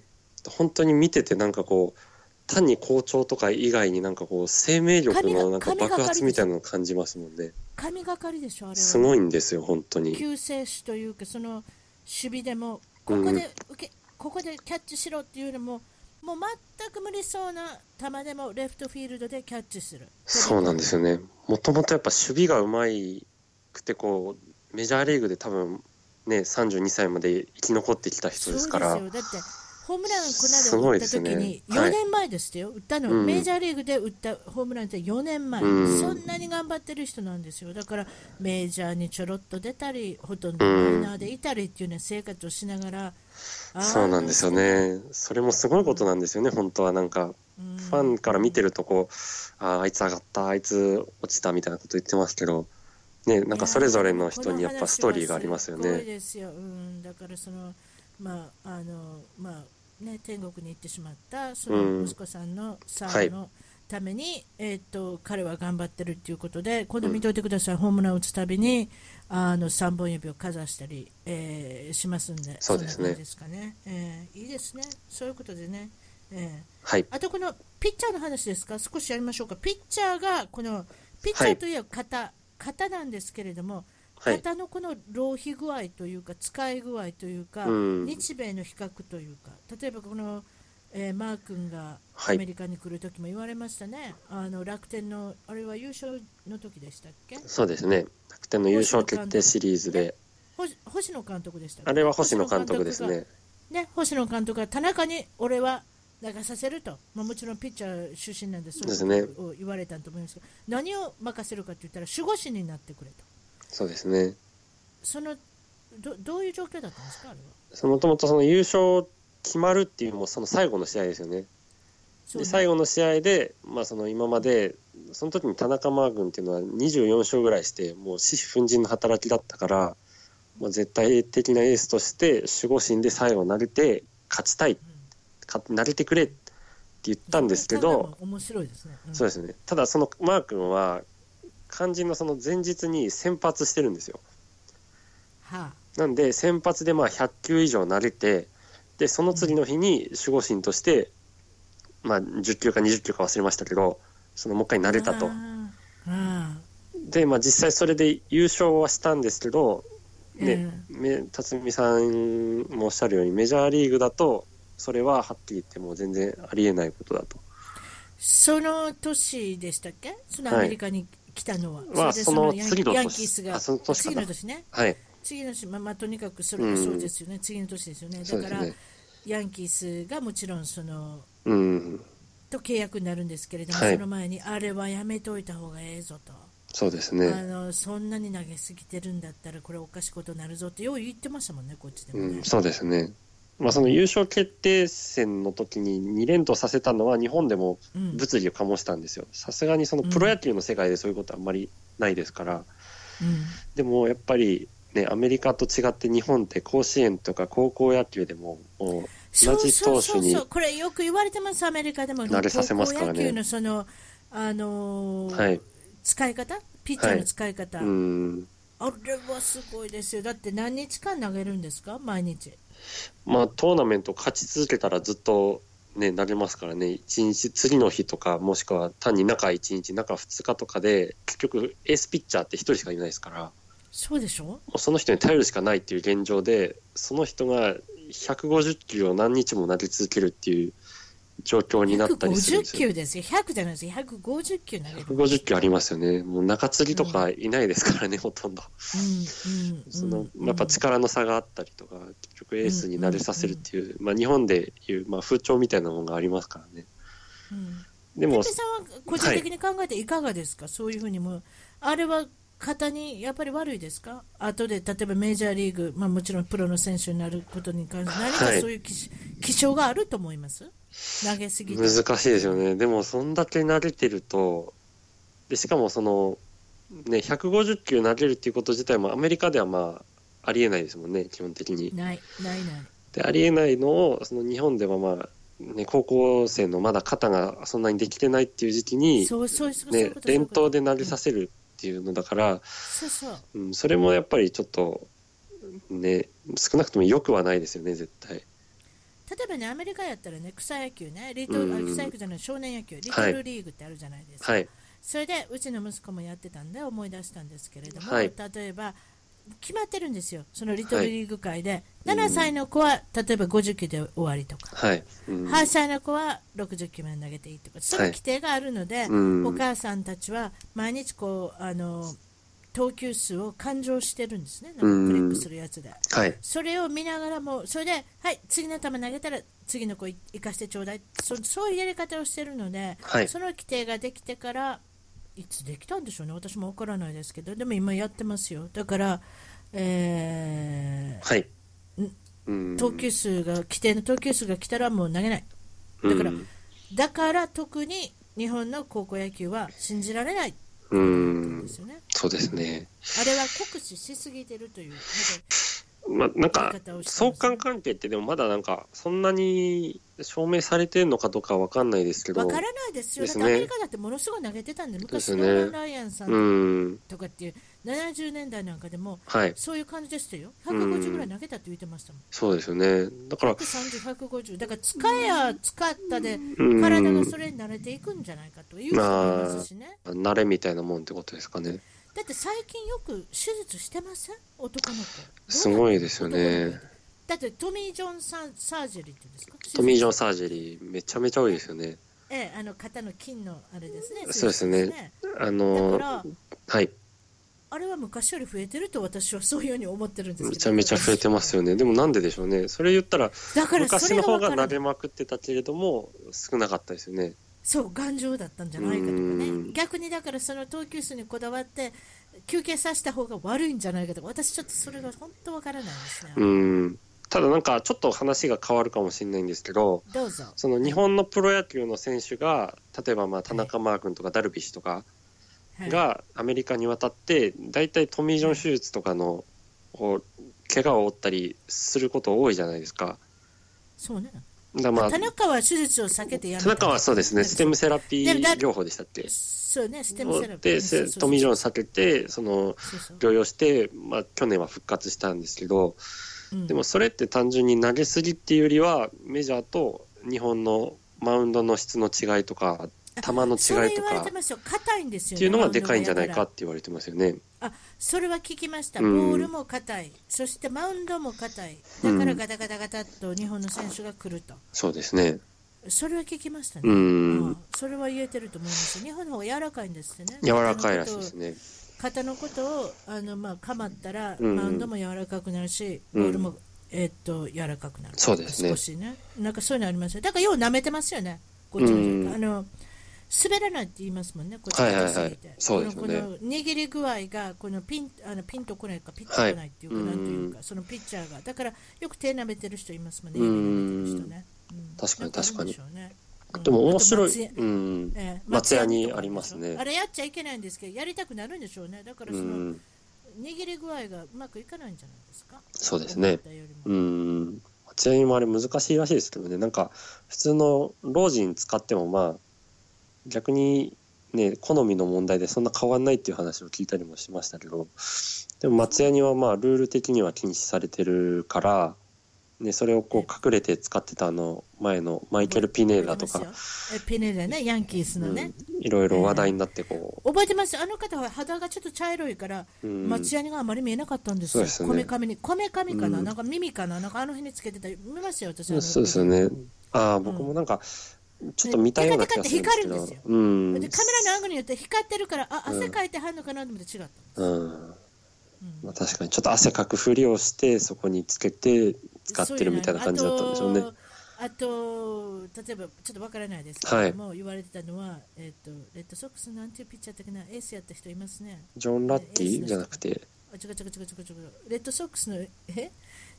本当に見ててなんかこう単に校長とか以外になんかこう生命力神がのなんか神が爆かり発みたいなのを感じますもんね。神がかりでしょあれはすごいんですよ本当に。救世主というかその守備でもここで受け、ここでキャッチしろっていうのももう全く無理そうな球でもレフトフィールドでキャッチするそうなんですよね。もともとやっぱ守備がうまいくてこうメジャーリーグで多分ね32歳まで生き残ってきた人ですから。そうですよだってホームランすこの間ご打いっでたす時ねには4い年前でしたよ、打ったのはうんメジャーリーグで打ったホームランって4年前、うんそんなに頑張ってる人なんですよだからメジャーにちょろっと出たりほとんどマイナーでいたりっていうね生活をしながら、あーそうなんですよ、ね。それもすごいことなんですよね本当はなんかうんファンから見てるとこう、あーあいつ上がったあいつ落ちたみたいなこと言ってますけど。ね、なんかそれぞれの人にやっぱストーリーがありますよこの話はごいね。ですよ、うん、だからその、まああのまあね、天国に行ってしまったそのうん息子さんのサードのために、えー、と彼は頑張ってるということで、今度見といてください、ホームランを打つたびにあの3本指をかざしたり、えーしますんで、そうですねんな感じですかね、えーいいですね、そういうことでね。えーはい。あとこのピッチャーの話ですか、少しやりましょうか、ピッチャーがこのピッチャーといえば肩、肩なんですけれども、はい。肩のこの浪費具合というか、使い具合というか、うん日米の比較というか、例えばこの、えーマー君がはアいメリカに来る時も言われましたね、あの楽天の、あれは優勝の時でしたっけ、そうですね。楽天の優勝決定シリーズで、星星野監督でしたっけあれは星野監督です星野監督がね。ね、星野監督が田中に俺は投げさせると、まあ、もちろんピッチャー出身なんでそうですねいうことを言われたと思いますけど、何を任せるかと言ったら守護神になってくれと、そうですね。そのどどういう状況だったんですか、あれは。もともとその優勝決まるっていうもうその最後の試合ですよね。そうねで最後の試合で、まあ、その今までその時に田中マー君っていうのは24勝ぐらいしてもう獅子奮陣の働きだったから、まあ、絶対的なエースとして守護神で最後投げて勝ちたい勝投げてくれって言ったんですけど、面白いですね。うんそうですねただそのマー君は肝心のその前日に先発してるんですよ。はあ、なんで先発でまあ100球以上投げてでその次の日に守護神として、まあ、10球か20球か忘れましたけどそのもう一回投げたとあーあで、まあ、実際それで優勝はしたんですけど、ー、ねめ辰巳さんもおっしゃるようにメジャーリーグだとそれははっきり言ってもう全然ありえないことだと。その年でしたっけ、そのアメリカに来たのは、まあれでそのヤン次の年ヤンキースがあその年かな次の年ね、はい、次の年、まあ、まあとにかくそれもそうですよね、次の年ですよね、そうだでかすら、ね。ヤンキースがもちろんそのうん、と契約になるんですけれども、はいその前にあれはやめておいた方がええぞと、そうですあね。のそんなに投げすぎてるんだったらこれおかしいことになるぞってよう言ってましたもんねこっちでもうね、ん、そうですね。まあその優勝決定戦の時に2連投させたのは日本でもうん物議を醸したんですよ。さすがにそのプロ野球の世界でそういうことはあんまりないですから、うんでもやっぱり、ね、アメリカと違って日本って甲子園とか高校野球でももうそ同うじそう投そ手うにそうこれよく言われてますアメリカでも慣れさせますからね高校野球のそのあのーはい使い方ピッチャーの使い方、うんあれはすごいですよだって何日間投げるんですか毎日まあトーナメント勝ち続けたらずっとね投げますからね一日次の日とかもしくは単に中1日中2日とかで結局エースピッチャーって1人しかいないですからもそうでしょうその人に頼るしかないっていう現状でその人が150球を何日も投げ続けるっていう状況になったりするんです150よ。球ですよ100じゃないですよ150球投げる150球ありますよね。もう中継ぎとかいないですからね、ほとんど。うんうんそのうんやっぱ力の差があったりとか、結局エースに慣れさせるっていう、まあ、日本でいう、まあ、風潮みたいなものがありますからね。うんペでペ、もさんは個人的に考えていかがですか、そういうふうにもうあれは肩にやっぱり悪いですか、後で例えばメジャーリーグ、まあ、もちろんプロの選手になることに関して、何はかいそういう気,、気象があると思います、投げすぎて。難しいですよね。でも、そんだけ慣れてると、でしかもその、ね、150球投げるっていうこと自体も、アメリカではまあ、ありえないですもんね、基本的に。ない、ない、ない。で、ありえないのを、その日本ではまあ、ね、高校生のまだ肩がそんなにできてないっていう時期に、そうそうそうそういうねこ、とそういう連こと投で投げさせるっていうのだから、そうそううん、それもやっぱりちょっと、ね、少なくとも良くはないですよね、絶対。例えばね、アメリカやったらね、草野球ね、リトル、あうん草野球じゃない、少年野球、リトはいルリーグってあるじゃないですか。はい。それでうちの息子もやってたんで思い出したんですけれども、はい例えば決まってるんですよ、そのリトルリーグ会で、7歳の子は例えば50球で終わりとか、はい。うん8歳の子は60球まで投げていいとか、そういう規定があるので、うんお母さんたちは毎日こうあの投球数を勘定してるんですね、なんかクリックするやつで。はい。それを見ながらも、それで、はい、次の球投げたら次の子い行かせてちょうだいそ、そういうやり方をしてるので、はいその規定ができてから、いつできたんでしょうね、私も分からないですけど、でも今やってますよ、だから、えはい。ー、投球数が、規定の投球数が来たらもう投げない、だから、うんだから特に日本の高校野球は信じられないうんで。すよね、そうですね。あれは酷使しすぎてるという、なんかまあ、なんか言い方をしてますね、相関関係ってでもまだなんか、そんなに証明されてるのかどうかわかんないですけど。わからないですよ、ですだっねてアメリカだってものすごい投げてたんで、昔のですねロンライアンさんうん。とかっていう、 70年代なんかでもはい。そういう感じでしたよ150ぐらい投げたって言ってましたもんそうですよね。だから、 130150だから使えや使ったでうん体がそれに慣れていくんじゃないかという人もいますしね慣れみたいなもんってことですかね。だって最近よく手術してません男の子すごいですよね。だってトミー・ジョンサンサージェリーって言うんですかトミー・ジョンサージェリー、めちゃめちゃ多いですよね。ええあの肩の筋のあれですねそうですねあのだからはい。あれは昔より増えてると私はそういうように思ってるんですけどめちゃめちゃ増えてますよね。でもなんででしょうね。それ言ったら、だからそ昔れのが方分がから慣ないれまくってたけれども、少なかったですよね。そう頑丈だったんじゃないかとかうねん逆にだからその投球数にこだわって休憩させた方が悪いんじゃないかとか私ちょっとそれが本当分からないですね、うん。ただなんか、ちょっと話が変わるかもしれないんですけど、どうぞその日本のプロ野球の選手が、例えばまあ田中マー君とかダルビッシュとかはいがアメリカに渡って、大体トミー・ジョン手術とかの、こう、怪我を負ったりすること多いじゃないですか。そうねだからまあ、田中は手術を避けてやめ田中はそうですね、ステムセラピでもだー療法でしたっけそうねステムセラピーで、そうせそうそうトミー・ジョン避けて、その、そうそう療養して、まあ、去年は復活したんですけど、うんでもそれって単純に投げすぎっていうよりは、メジャーと日本のマウンドの質の違いとか、球のそれ違いと言われかてっますよ硬いんですよ、ね、ていうのがでかいんじゃないかマウンドがって言われてますよね。やからあそれは聞きましたボうんールも硬い、そしてマウンドも硬いだからガタガタガタっと日本の選手が来るとそうですね。それは聞きましたね、ううんん。それは言えてると思います日本の方が柔らかいんですってね柔らかいらしいですね。肩のことをあの、まあ、かまったら、うんマウンドも柔らかくなるし、うんボールも、えーっと柔らかくなるそうですね少しねなんかそういうのありますよだからよう舐めてますよねこっちの人うんあの滑らないって言いますもんねこっちはいはいはい硬すぎてそうですよねこのこの握り具合がこのピンあのピンとこないかピッとこないっていうか、はいなんていうかそのピッチャーがだからよく手舐めてる人いますもんね指舐めてる人ね、うん確かになんあるんでしょうねうんでも面白あと松い。屋うん。ええ松屋にありますねあれやっちゃいけないんですけど、やりたくなるんでしょうね。だからうその、ん。握り具合がうまくいかないんじゃないですか。そうですね思ったよりもうん。ちなみにもあれ難しいらしいですけどね、なんか普通の老人使ってもまあ、逆にね、好みの問題でそんな変わんないっていう話を聞いたりもしましたけど、でも松屋にはまあルール的には禁止されてるから、ね、それをこう隠れて使ってたあの前のマイケル・ピネーダと覚えてか、ますよえピネーダね、ヤンキースのね。いろいろ話題になってこ覚えてますあの方は肌がちょっと茶色いから、う、うん、松ヤニがあまり見えなかったんですよ、そうですこねめかみに、こめかみかな、うんなんか耳かな、なんかあの辺につけてた、見ましたよ、私、あのそうですよね。ああ、僕もなんか、ちょっと見たような気がするんですねけテカテカって光るどんですよ。うん。でカメラのアングルによって光ってるから、あ汗かいてはんのかなと思って違った、うん。うんまあ、確かにちょっと汗かくふりをしてそこにつけて使ってるみたいな感じだったんでしょうね。あと、あと例えばちょっとわからないですけはどいも、言われてたのは、えっとレッドソックスなんていうピッチャーだっけな、エースやった人いますね。ジョン・ラッティじゃなくてあ違う違う違う違う違う。レッドソックスの、え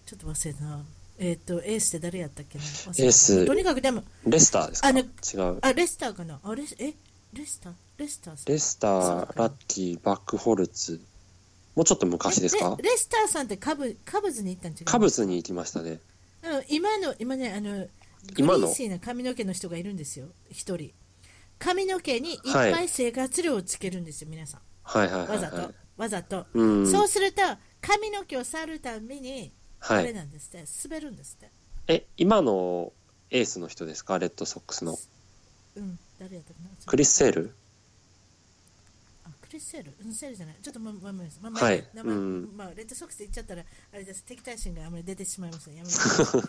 ちょっと忘れたな。えっと、エースって誰やったっけな。忘れたエースとにかくでも、レスターですかあの違う。あ、レスターかな。あレスえレスターレスターさんレスター、ラッキー、バックホルツ。もうちょっと昔ですかえレレスターさんってカブカブズに行ったん違うカブズに行きましたね。うん、今の今ねあの今グのリーシーな髪の毛の人がいるんですよ一人髪の毛にいっはぱいい生活量をつけるんですよ、皆さんはいはいはわい、ざと、はわざと、い。うん。そうすると髪の毛を触るたびにあはれい。なんですって、滑るんですってえ、今のエースの人ですかレッドソックスの。うん誰やったかなクリス・セールあクリスセールうんセールじゃないちょっとまままままはい名前うんまあレッドソックスで言っちゃったらあれです敵対心があまり出てしまいますね [laughs] やめて [laughs] ください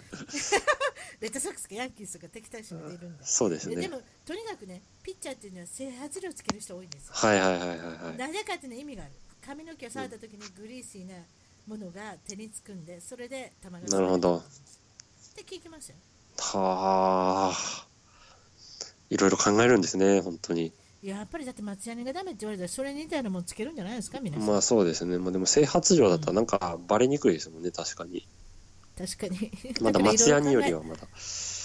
レッドソックスかヤンキースとか敵対心が出るんでそうですででね。もとにかくねピッチャーっていうのは整髪量つける人多いんですよはいはいはいはいはい。なぜかっていうのは意味がある髪の毛を触った時にグリーシーなものが手につくんでそれで球がなるほどって聞きましたよはあ。いろいろ考えるんですね、本当に。いややっぱりだって松屋根がダメって言われたらそれに似たようなもんつけるんじゃないですか皆さん、まあそうですね、まあ、でも整髪量だったらなんかバレにくいですもんね、確かに。確かにまだから松屋によりいろはまいだ。ろ考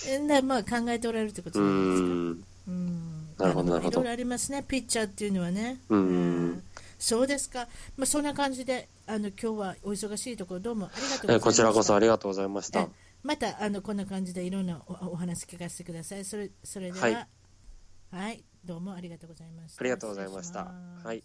ええなまあ考えておられるってこうとじゃないですかーん。うんなるほどなるほどいろいろありますねピッチャーっていうのはねうんそうですか、まあ、そんな感じであの今日はお忙しいところどうもありがとうございましえたこちらこそありがとうございましえた。またあのこんな感じでいろんなおお話聞かせてください。それそれでは、ははいい、どうもありがとうございました。ありがとうございまし失礼たしま。すはい。